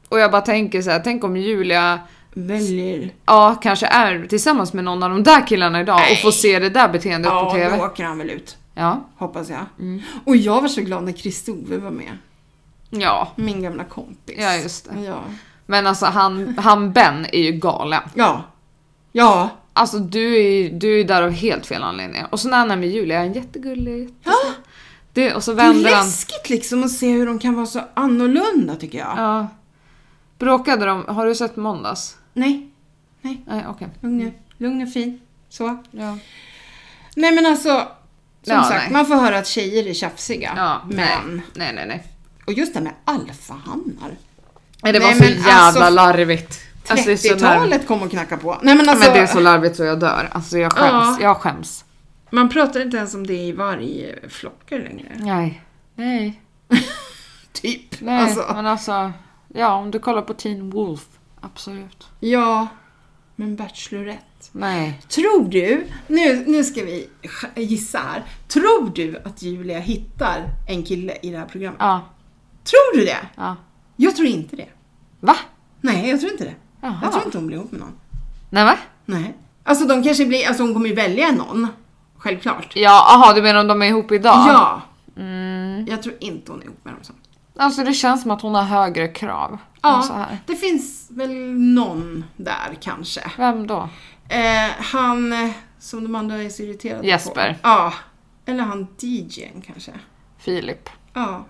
Och jag bara tänker så här, tänk om Julia, Väljer... ja kanske är tillsammans med någon av de där killarna idag och får se det där beteendet på Mm. Ja, TV. då åker han väl ut. Ja. Hoppas jag. Och jag var så glad när Kristove var med. Ja. Min gamla kompis. Ja, just det. Ja. Men alltså han, han Ben är ju galen. Ja. Ja. Alltså du är ju du är där av helt fel anledningar. Och så när han är med Julia, han är jättegullig. jättesnäll. Det, och så Det är vänder han. läskigt liksom att se hur de kan vara så annorlunda tycker jag. Ja. Bråkade de, har du sett måndags? Nej, Nej okej. lugn nu. Lugn och fin. Så. Ja. Nej men alltså. Som Ja, sagt, nej. man får höra att tjejer är tjafsiga. ja men. Nej, nej nej. nej. Och just det här med alfahannar. Nej, det Nej, var så men jävla alltså, larvigt. Alltså, det är så larvigt. 30-talet kom och knacka på. Nej men Ja, alltså. men det är så larvigt så jag dör. Alltså jag Ja. skäms. Jag skäms. Man pratar inte ens om det i vargflockar längre. Nej. Nej. Typ. Nej. Alltså. Men alltså. Ja, om du kollar på Teen Wolf. Absolut. Ja. Men Bachelorette. Nej. Tror du, nu, nu ska vi gissa här. Tror du att Julia hittar en kille i det här programmet? Ja. Tror du det? Ja. Jag tror inte det. Va? Nej, jag tror inte det. Jaha. Jag tror inte hon blir ihop med någon. Nej va? Nej. Alltså de kanske blir, alltså hon kommer ju välja någon. Självklart. Ja, aha, du menar om de är ihop idag? Ja. Mm. Jag tror inte hon är ihop med dem. Så. Alltså det känns som att hon har högre krav. än Så Ja, här. det finns väl någon där kanske. Vem då? Eh, han eh, som de andra är så irriterade på. Jesper. Ja. Eller han DJn kanske. Filip. Ja.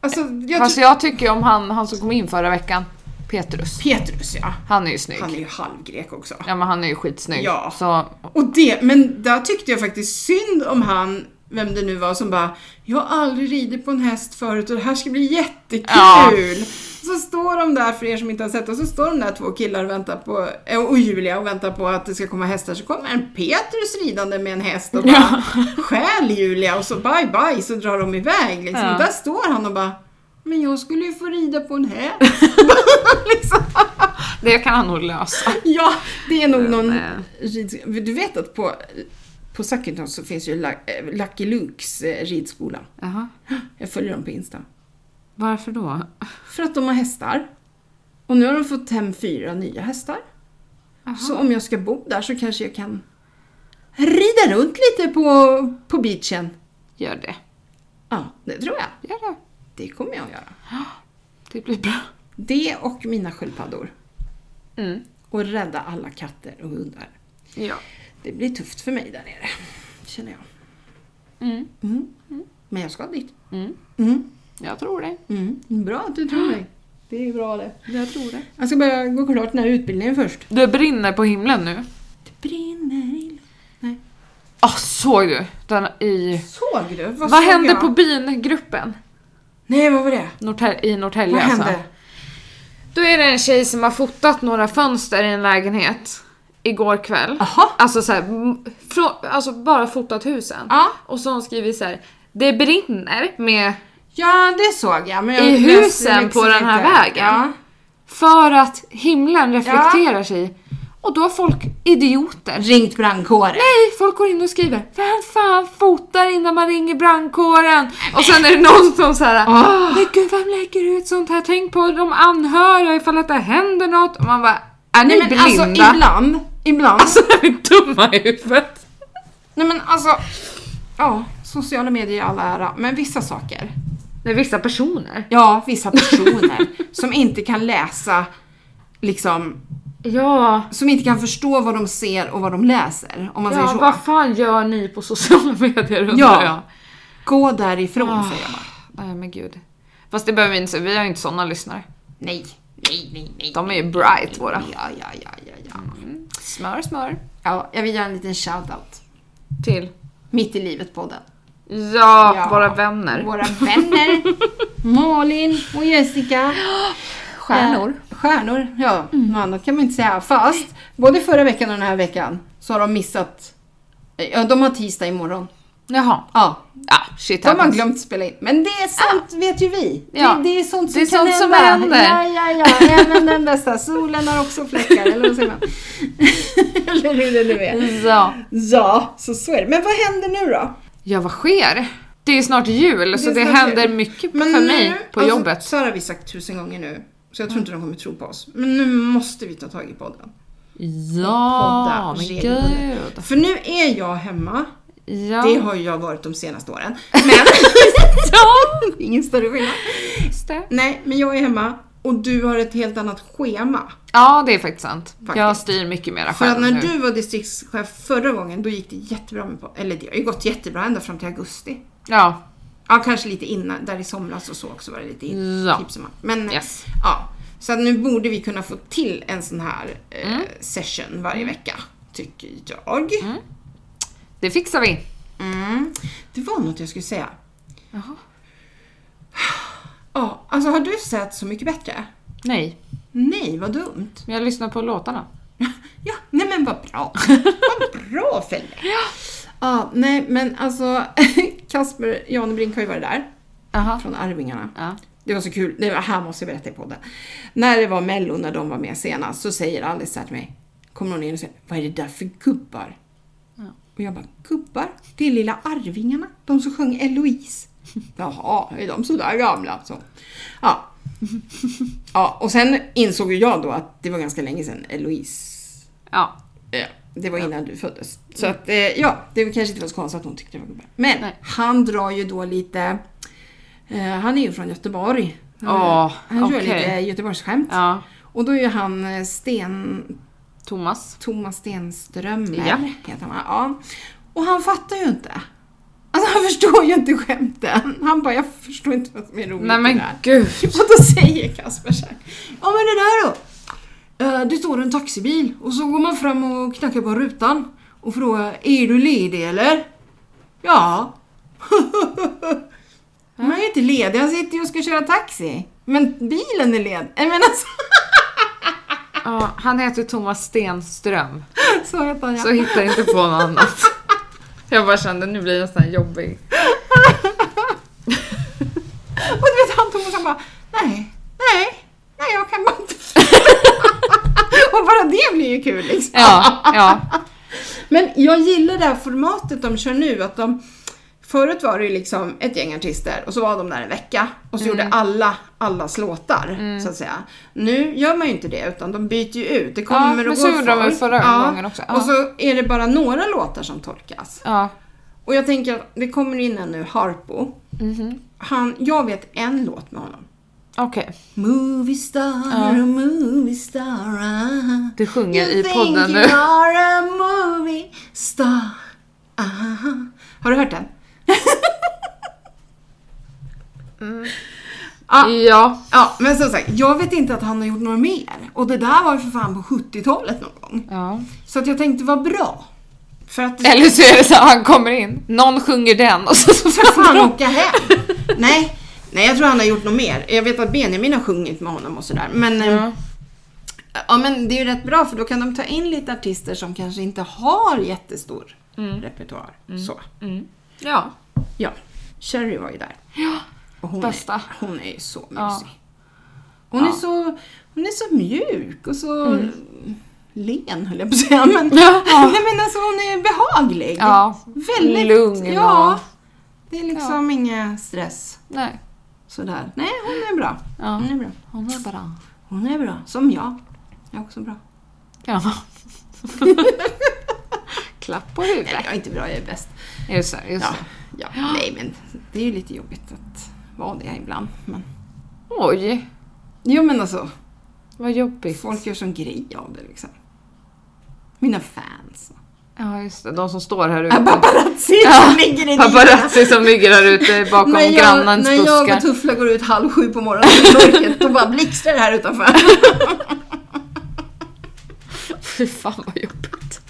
Alltså, jag Mm. Fast tror... jag tycker ju om han, han som kom in förra veckan. Petrus. Petrus ja. Han är ju snygg. Han är ju halvgrek också. Ja men han är ju skitsnygg. Ja. Så Och det, men där tyckte jag faktiskt synd om han, vem det nu var, som bara Jag har aldrig ridit på en häst förut och det här ska bli jättekul! Ja. Så står de där, för er som inte har sett det, så står de där två killar och väntar på, eh, och Julia och väntar på att det ska komma hästar, så kommer en Petrus ridande med en häst och bara (laughs) stjäl Julia och så bye bye så drar de iväg liksom. Ja. Där står han och bara Men jag skulle ju få rida på en häst! liksom. det kan han nog lösa. Ja, det är nog någon eh, ridskola. Du vet att på, på Suckerton så finns ju La- eh, Lucky Lukes eh, ridskola. Jaha. Jag följer dem på Insta. Varför då? För att de har hästar. Och nu har de fått hem fyra nya hästar. Så om jag ska bo där så kanske jag kan rida runt lite på, på beachen. Gör det. Ja, det tror jag. Gör det. Det kommer jag att göra. Det blir bra. Det och mina sköldpaddor. Mm. Och rädda alla katter och hundar. Ja. Det blir tufft för mig där nere, känner jag. Mm. Men jag ska dit. Mm. Mm. Jag tror det. Mm. Bra att du tror mig. (gasps) Det är bra det. Jag tror det. Jag ska bara gå klart den här utbildningen först. Det brinner på himlen nu. Det brinner i... Ah, såg du? Den i... Såg du? Vad, Vad, såg hände jag? på bingruppen? Nej, vad var det? Norrtälje, I Norrtälje Vad alltså. hände? Då är det en tjej som har fotat några fönster i en lägenhet igår kväll. Jaha. Alltså så här, m- frå, alltså bara fotat husen. Ja. Och så har hon skrivit så här. Det brinner med Ja, det såg jag. Men jag I läste husen liksom på den här inte. vägen. Ja. För att himlen reflekterar sig. Och då har folk idioter. Ringt brandkåren. Nej, folk går in och skriver Vem fan fotar innan man ringer brandkåren? Och sen är det någon som såhär Ah. Men gud, vem lägger ut sånt här? Tänk på de anhöriga ifall att det händer något. Och man bara, är ni Nej, men blinda? alltså (laughs) ibland, ibland. Alltså, är ni dumma i huvudet? Nej men alltså, ja, sociala medier i all ära, men vissa saker. Det är vissa personer. Ja, vissa personer som inte kan läsa, liksom, Ja, som inte kan förstå vad de ser och vad de läser. Om man säger ja så. vad fan gör ni på sociala medier undrar Ja. jag? Gå därifrån Ah. säger jag bara. Nej men gud. Fast det behöver vi inte säga, vi har ju inte såna lyssnare. Nej, nej, nej, nej. De är ju bright våra. Ja, ja, ja, ja, ja. Smör, smör. ja jag vill göra en liten shoutout. Till. Mitt i livet-podden. Ja, Ja. våra vänner. Våra vänner, Malin och Jessica. Eh, stjärnor, ja. Mm. Något annat kan man inte säga. Fast, både förra veckan och den här veckan så har de missat... Ja, de har tisdag imorgon. Jaha. Ja, Ja, shit de har happens. glömt spela in. Men det är sånt vet ju vi. Ah. Ja. Det, det är sånt som Det är sånt kan som hända. händer. Ja, ja, (laughs) ja. Även den bästa solen har också fläckar. Eller vad säger man? eller hur det nu är. Ja. Ja, så så är det. Men vad händer nu då? ja, vad sker? Det är snart jul, så är det snart händer jul. mycket Men för nu- mig på alltså, jobbet. Mm. Så här har vi sagt tusen gånger nu. Så jag tror inte de kommer tro på oss. Men nu måste vi ta tag i podden. Ja, podda men regelbundet. gud. För nu är jag hemma. Ja. Det har ju jag varit de senaste åren. (laughs) Men... Ingen större skillnad. Just det. Nej, men jag är hemma och du har ett helt annat schema. Ja, det är faktiskt sant. Jag Faktiskt. styr mycket mer För att själv när nu. du var distriktschef förra gången, då gick det jättebra med podden. Eller det har ju gått jättebra ända fram till augusti. Ja, Ja, kanske lite innan. Där i somras och så också var det lite in- Ja. tips. om allt. Men yes. ja, så att nu borde vi kunna få till en sån här eh, Mm. session varje vecka. Tycker jag. Det fixar vi. Mm. Det var något jag skulle säga. Jaha. Ja, alltså har du sett Så mycket bättre? Nej, Nej, vad dumt. men jag lyssnar på låtarna. Ja, nej men vad (laughs) bra. vad bra Felle. Ja. nej men alltså (laughs) Kasper Janebrink har ju varit där Jaha. från Arvingarna. Ja. Det var så kul, det var, här måste jag berätta i podden. När det var Mello, när de var med senast, så säger Alice så här till mig. Kommer hon in och säger, vad är det där för gubbar? Och jag bara, gubbar? Det är lilla Arvingarna, de som sjöng (laughs) Eloise. Jaha, är de sådär gamla? Så. Ja. ja, och sen insåg ju jag då att det var ganska länge sedan Eloise ja. Ja, det var innan du föddes. Så att, eh, ja, det var kanske inte var så konstigt att hon tyckte det var gubbar. Men Nej. han drar ju då lite... Eh, han är ju från Göteborg. Han, Åh, han gör okej. lite Göteborgsskämt. Ja. Och då är ju han eh, Sten... Thomas. Thomas Stenströmer. Ja. Heter han, ja. Och han fattar ju inte. Alltså han förstår ju inte skämten. Han bara, jag förstår inte vad som är roligt i Nej det men här. gud. (laughs) Och då säger Kasper så här. Ja men det där då. Eh, Det står en taxibil och så går man fram och knackar på rutan och frågar Är du ledig eller? Ja. (laughs) Man är inte ledig, han sitter ju och ska köra taxi. Men bilen är ledig. Nej men alltså, Ja, han heter Thomas Stenström. (laughs) så heter han ja. Så hittar jag inte på något annat. (laughs) Jag bara kände nu blir jag sån här jobbig. Och du vet han Thomas han bara Nej, nej, nej jag kan bara inte. (laughs) och bara det blir ju kul liksom. Ja, ja. Men jag gillar det här formatet de kör nu. Att de, förut var det ju liksom ett gäng artister och så var de där en vecka och Mm. så gjorde alla allas låtar så att säga. Nu gör man ju inte det utan de byter ju ut. Det kommer och men går så gjorde de folk. väl förra gången också. Ja. Och så är det bara några låtar som tolkas. ja. Och jag tänker att det kommer in en nu, Harpo. Mhm. Han, jag vet en låt med honom. Okej. Movie star, a movie star ah. Du sjunger You i think you podden nu. are a movie star. Ah. Har du hört (laughs) den? Mm. Ja. Ja. Ja, men som sagt, jag vet inte att han har gjort något mer. Och det där var ju för fan på 70-talet någon gång. ja. Så att jag tänkte, vad bra. För att Eller så är det så att han kommer in, någon sjunger den och så... så, för (laughs) fan åka hem. Nej, nej, jag tror han har gjort något mer. Jag vet att Benjamin har sjungit med honom och sådär. Men, eh, Ja. ja, men det är ju rätt bra för då kan de ta in lite artister som kanske inte har jättestor repertoar. Så. Mm. Ja. Ja, Cherry var ju där. Ja. Och hon Bästa. Är, hon är ju så mysig. Ja. Hon, Ja. Mm. är så, hon är så mjuk och så len höll jag på att säga. Men, (laughs) Nej, men alltså, hon är behaglig. Ja. Väldigt Lugn Ja. och- Det är liksom ingen stress Nej. sådär. Nej, hon är bra. Ja. Hon är bra. Hon är bara... Hon är bra. Som jag. Jag är också bra. Ja. Klapp på Nej, huvudet. jag är inte bra, jag är bäst. Just det, just Ja, det. ja. Nej, men det är ju lite jobbigt att vara det ibland. Men... Oj, Jo, men alltså. vad jobbigt. Folk gör sån grej av det liksom. Mina fans. Ja, just det. De som står här Ja, ute. paparazzi Ja, som ligger i Paparazzi som ligger här ute bakom När jag, grannens när jag buskar. och Tuffla går ut halv sju på morgonen i mörkret, då bara blixtrar det här utanför. (laughs) Fy fan vad jobbigt.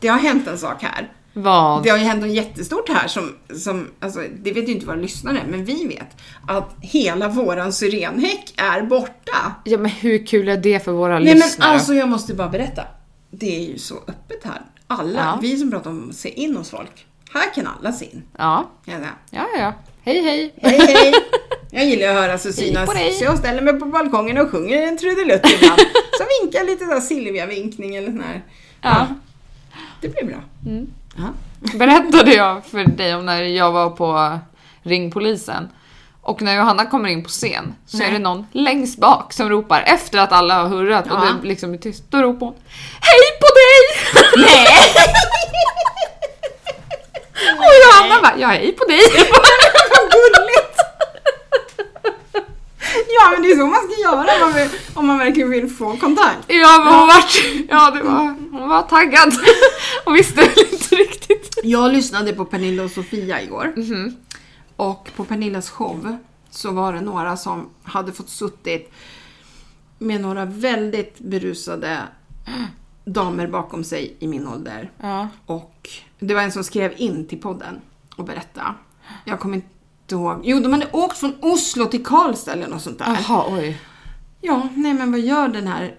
Det har hänt en sak här. Vad? Det har ju hänt något jättestort här som, som alltså, det vet ju inte våra lyssnare, men vi vet att hela våran syrenhäck är borta. Ja, men hur kul är det för våra Nej men lyssnare? alltså jag måste bara berätta. Det är ju så öppet här. Alla, Ja. vi som pratar om att se in hos folk. Här kan alla se in. Ja, kan jag säga. ja, ja. Hej, hej. Hej hej! (laughs) Jag gillar att höras och synas. på dig. Så jag ställer mig på balkongen och sjunger en trudelutt (laughs) ibland. Så vinkar jag lite såhär Silvia-vinkning eller sån här. Ja. Det blir bra. Mm. Ja. Berättade jag för dig om när jag var på Ring polisen och när Johanna kommer in på scen så är det någon längst bak som ropar efter att alla har hurrat och Ja. det liksom är tyst. Då ropar hon Hej på dig! Nej! (laughs) och Johanna bara Ja, hej på dig! (laughs) Vad gulligt! Ja men det är så man ska göra om man, vill, om man verkligen vill få kontakt. ja, men hon var, ja, det var, hon var taggad (laughs) och visste väl inte riktigt. Jag lyssnade på Pernilla och Sofia igår. Och på Pernillas show så var det några som hade fått suttit med några väldigt berusade damer bakom sig i min ålder. Ja. Och det var en som skrev in till podden och berättade. Jag kommer inte ihåg. Jo, de hade åkt från Oslo till Karlstad eller något sånt där. Jaha, oj. Ja, nej men vad gör den här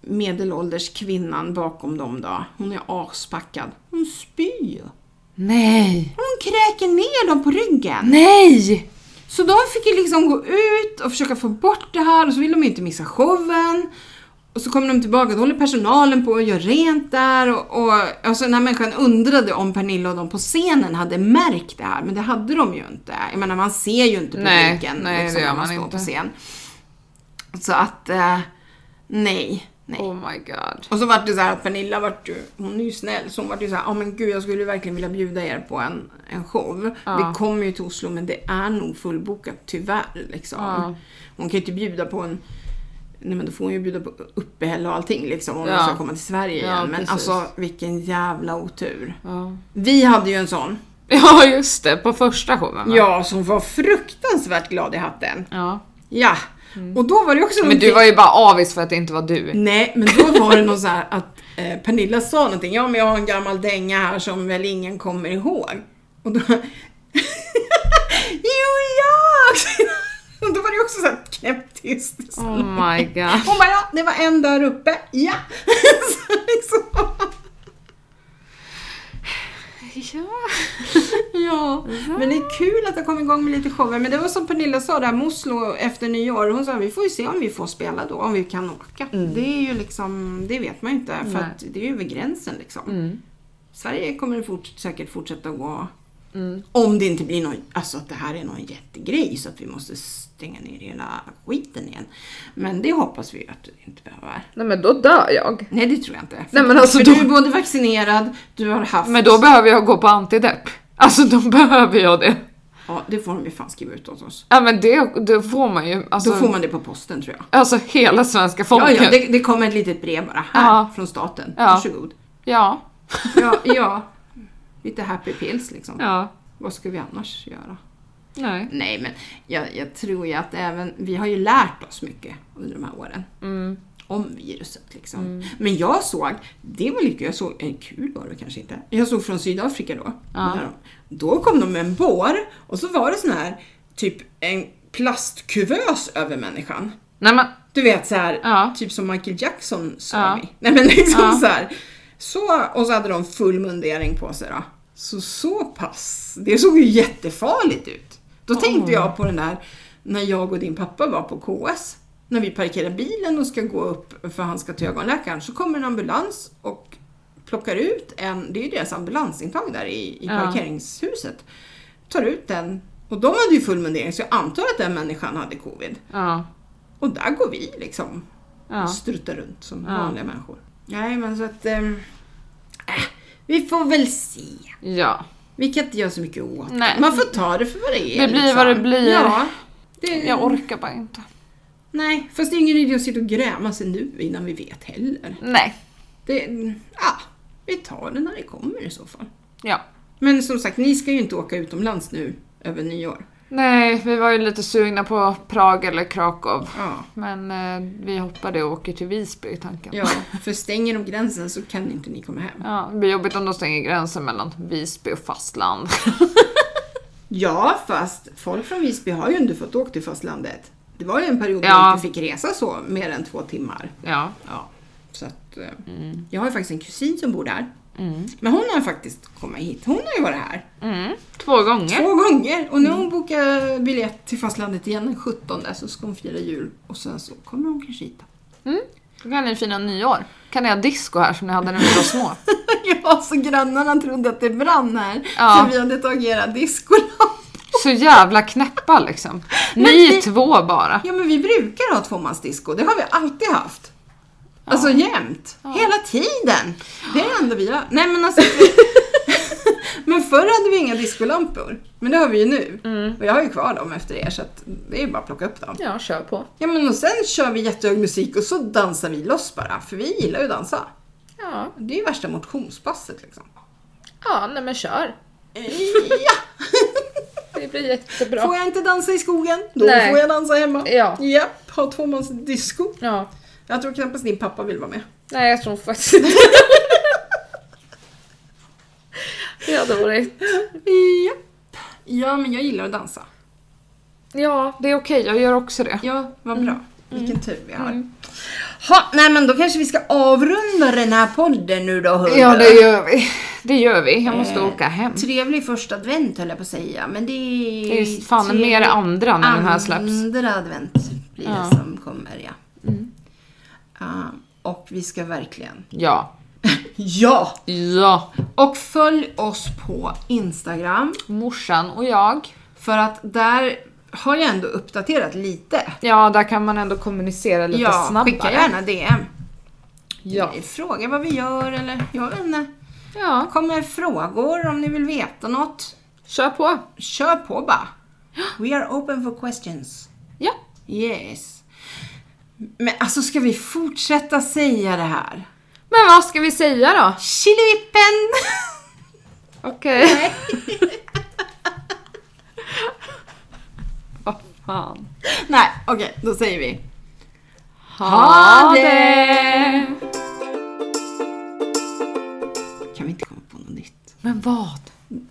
medelålders kvinnan bakom dem då? Hon är aspackad. Hon spyr. Nej! Hon kräker ner dem på ryggen. Nej! Så de fick ju liksom gå ut och försöka få bort det här och så vill de ju inte missa showen. Och så kommer de tillbaka och då håller personalen på och gör rent där och, och alltså den här människan undrade om Pernilla och de på scenen hade märkt det här men det hade de ju inte. Jag menar man ser ju inte Nej, publiken liksom, nej, det gör när man står inte. på scen. Så att, eh, nej, nej. Oh my god. Och så vart det så här att Pernilla vart ju, hon är ju snäll, så hon vart ju så här, ja men gud jag skulle ju verkligen vilja bjuda er på en, en show. Ja. Vi kommer ju till Oslo men det är nog fullbokat tyvärr liksom. Ja. Hon kan ju inte bjuda på en, nej men då får hon ju bjuda på uppehälle och allting liksom om Ja. hon ska komma till Sverige Ja, igen. men precis. alltså vilken jävla otur. Ja. (laughs) Vi hade ju en sån, Ja, just det. På första showen. va? ja som var fruktansvärt glad i hatten. ja. Ja, och då var det Mm. också Mm. Men du någonting- var ju bara avis för att det inte var du. Nej, men då var det någon så här att eh, Pernilla sa någonting. Ja, men jag har en gammal dänga här som väl ingen kommer ihåg. Och då... (laughs) jo, jag! Och då var det också så här knäpptyst. (laughs) Oh my god. Hon bara, ja, det var en där uppe. Ja! (laughs) så liksom. Ja. Ja, men det är kul att det kom igång med lite shower. Men det var som Pernilla sa där med Oslo efter nyår. Hon sa vi får ju se om vi får spela då, om vi kan åka. Det är ju liksom, det vet man ju inte för Mm. Nej. att det är ju över gränsen liksom. Mm. Sverige kommer fort, säkert fortsätta att gå. Mm. Om det inte blir någon, alltså att det här är någon jättegrej så att vi måste stänga ner hela skiten igen. Men det hoppas vi ju att det inte behöver. Nej men då dör jag. Nej det tror jag inte. Nej, men alltså för då- du är både vaccinerad, du har haft... Men då behöver jag gå på antidepp. Alltså då (laughs) behöver jag det. Ja det får de ju fan skriva ut åt oss. Ja men det, då får man ju. Alltså, Då får man det på posten tror jag. alltså hela svenska Ja, folket. ja det, det kommer ett litet brev bara här Ja. från staten. Ja. Varsågod. ja. Ja, ja, lite happy pills liksom. Ja. Vad ska vi annars göra? Nej. Nej, men jag, jag tror ju att även vi har ju lärt oss mycket under de här åren. Mm. Om viruset liksom. Men jag såg, det var lite kul, jag såg, eh, kul var det kanske inte. Jag såg från Sydafrika då. Ja. Där de- Då kom de med en bår och så var det sån här, typ en plastkuvös över människan. Nej men. Du vet så här, Ja. typ som Michael Jackson sa Ja. mig. Nej men liksom Ja. så här. Så, och så hade de full mundering på sig då. Så så pass, det såg ju jättefarligt ut. Då tänkte jag på den där när jag och din pappa var på KS. När vi parkerar bilen och ska gå upp för han ska till ögonläkaren så kommer en ambulans och plockar ut en, det är ju deras ambulansintag där i, i Ja. parkeringshuset. Tar ut den och de hade ju full mundering så jag antar att den människan hade covid. Ja. Och där går vi liksom Ja. och strutar runt som Ja. vanliga människor. Nej men så att... ehm, äh, vi får väl se. ja. Vi kan inte göra så mycket åt det. Nej. Man får ta det för vad det är. liksom. Det blir vad det blir. Ja. Det, Jag orkar bara inte. Nej, fast det är ingen idé att sitta och gräma sig nu innan vi vet heller. Nej. Det, ja, vi tar det när det kommer i så fall. Ja. Men som sagt, ni ska ju inte åka utomlands nu över nyår. Nej, vi var ju lite sugna på Prag eller Krakow. Ja, Men eh, vi hoppade och åker till Visby i tanken. ja, för stänger de gränsen så kan inte ni komma hem. Ja, det blir jobbigt om de stänger gränsen mellan Visby och fastland. (laughs) Ja, fast folk från Visby har ju inte fått åka till fastlandet. Det var ju en period då Ja. de inte fick resa så mer än två timmar. Ja. Mm. Ja, så att, eh, Jag har ju faktiskt en kusin som bor där. Men hon har faktiskt kommit hit. Hon har ju varit här Mm. Två gånger. två gånger. Och nu har hon Mm. bokat biljett till fastlandet igen den 17 så ska hon fira jul. Och sen så kommer hon kanske hit. Då kan ni fira nyår. Kan ni ha disco här som ni hade när vi var små? (laughs) Ja, så grannarna trodde att det brann här. Ja. För vi hade tagit discolamp. Så jävla knäppa (laughs) liksom. Ni är två bara. Ja, men vi brukar ha tvåmansdisco. Det har vi alltid haft. Alltså jämt. Hela tiden. Det är det enda vi har. Nej, men alltså... (laughs) men förr hade vi inga discolampor. Men det har vi ju nu. Mm. Och jag har ju kvar dem efter er, så att det är bara att plocka upp dem. Ja, kör på. Ja, men och sen kör vi jättehög musik och så dansar vi loss bara. För vi gillar ju att dansa. Ja, Det är ju värsta motionspasset (laughs) liksom. ja nej men kör. ja! Det blir jättebra. Får jag inte dansa i skogen, då Nej. får jag dansa hemma. Ja. Japp, ha tvåmansdisco. Ja. Jag tror knappast din pappa vill vara med. Nej, jag tror faktiskt inte (laughs) det. hade varit... Japp. Ja, men jag gillar att dansa. Ja, det är okej. Jag gör också det. Ja, vad bra. Mm. Vilken tur vi har. Ha, nej men då kanske vi ska avrunda den här podden nu då hörru. Ja, det gör vi. Eh, Det gör vi. Jag måste åka hem. Eh, Trevlig första advent höll jag på att säga, men det är... Det är ju fan trevlig mer andra när den här släpps. Andra advent blir Ja. Mm. det som kommer, ja. Ja, och vi ska verkligen... (laughs) Ja. Ja! Ja. Och följ oss på Instagram, Morsan och jag. för att där har jag ändå uppdaterat lite. Ja, där kan man ändå kommunicera lite ja, snabbare. skicka gärna DM. Ja. Fråga vad vi gör eller jag vet inte. ja, Kommer frågor om ni vill veta något. kör på. Kör på bara. We are open for questions. Ja. Yes. Men alltså ska vi fortsätta säga det här? Men vad ska vi säga då? Chilivippen! Okej. (laughs) vad fan. (laughs) Nej, okej, då säger vi. Ha det! Kan vi inte komma på något nytt? Men vad?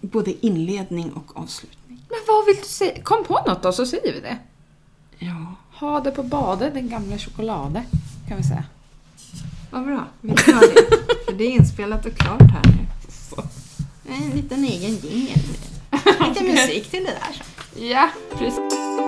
Både inledning och avslutning. Men vad vill du säga? Kom på något då så säger vi det. Ja, Ha det på badet, den gamla chokladen. Kan vi säga. vad bra. Vi tar det. För det är inspelat och klart här nu. En liten egen jingel. Lite musik till det där. Ja, precis.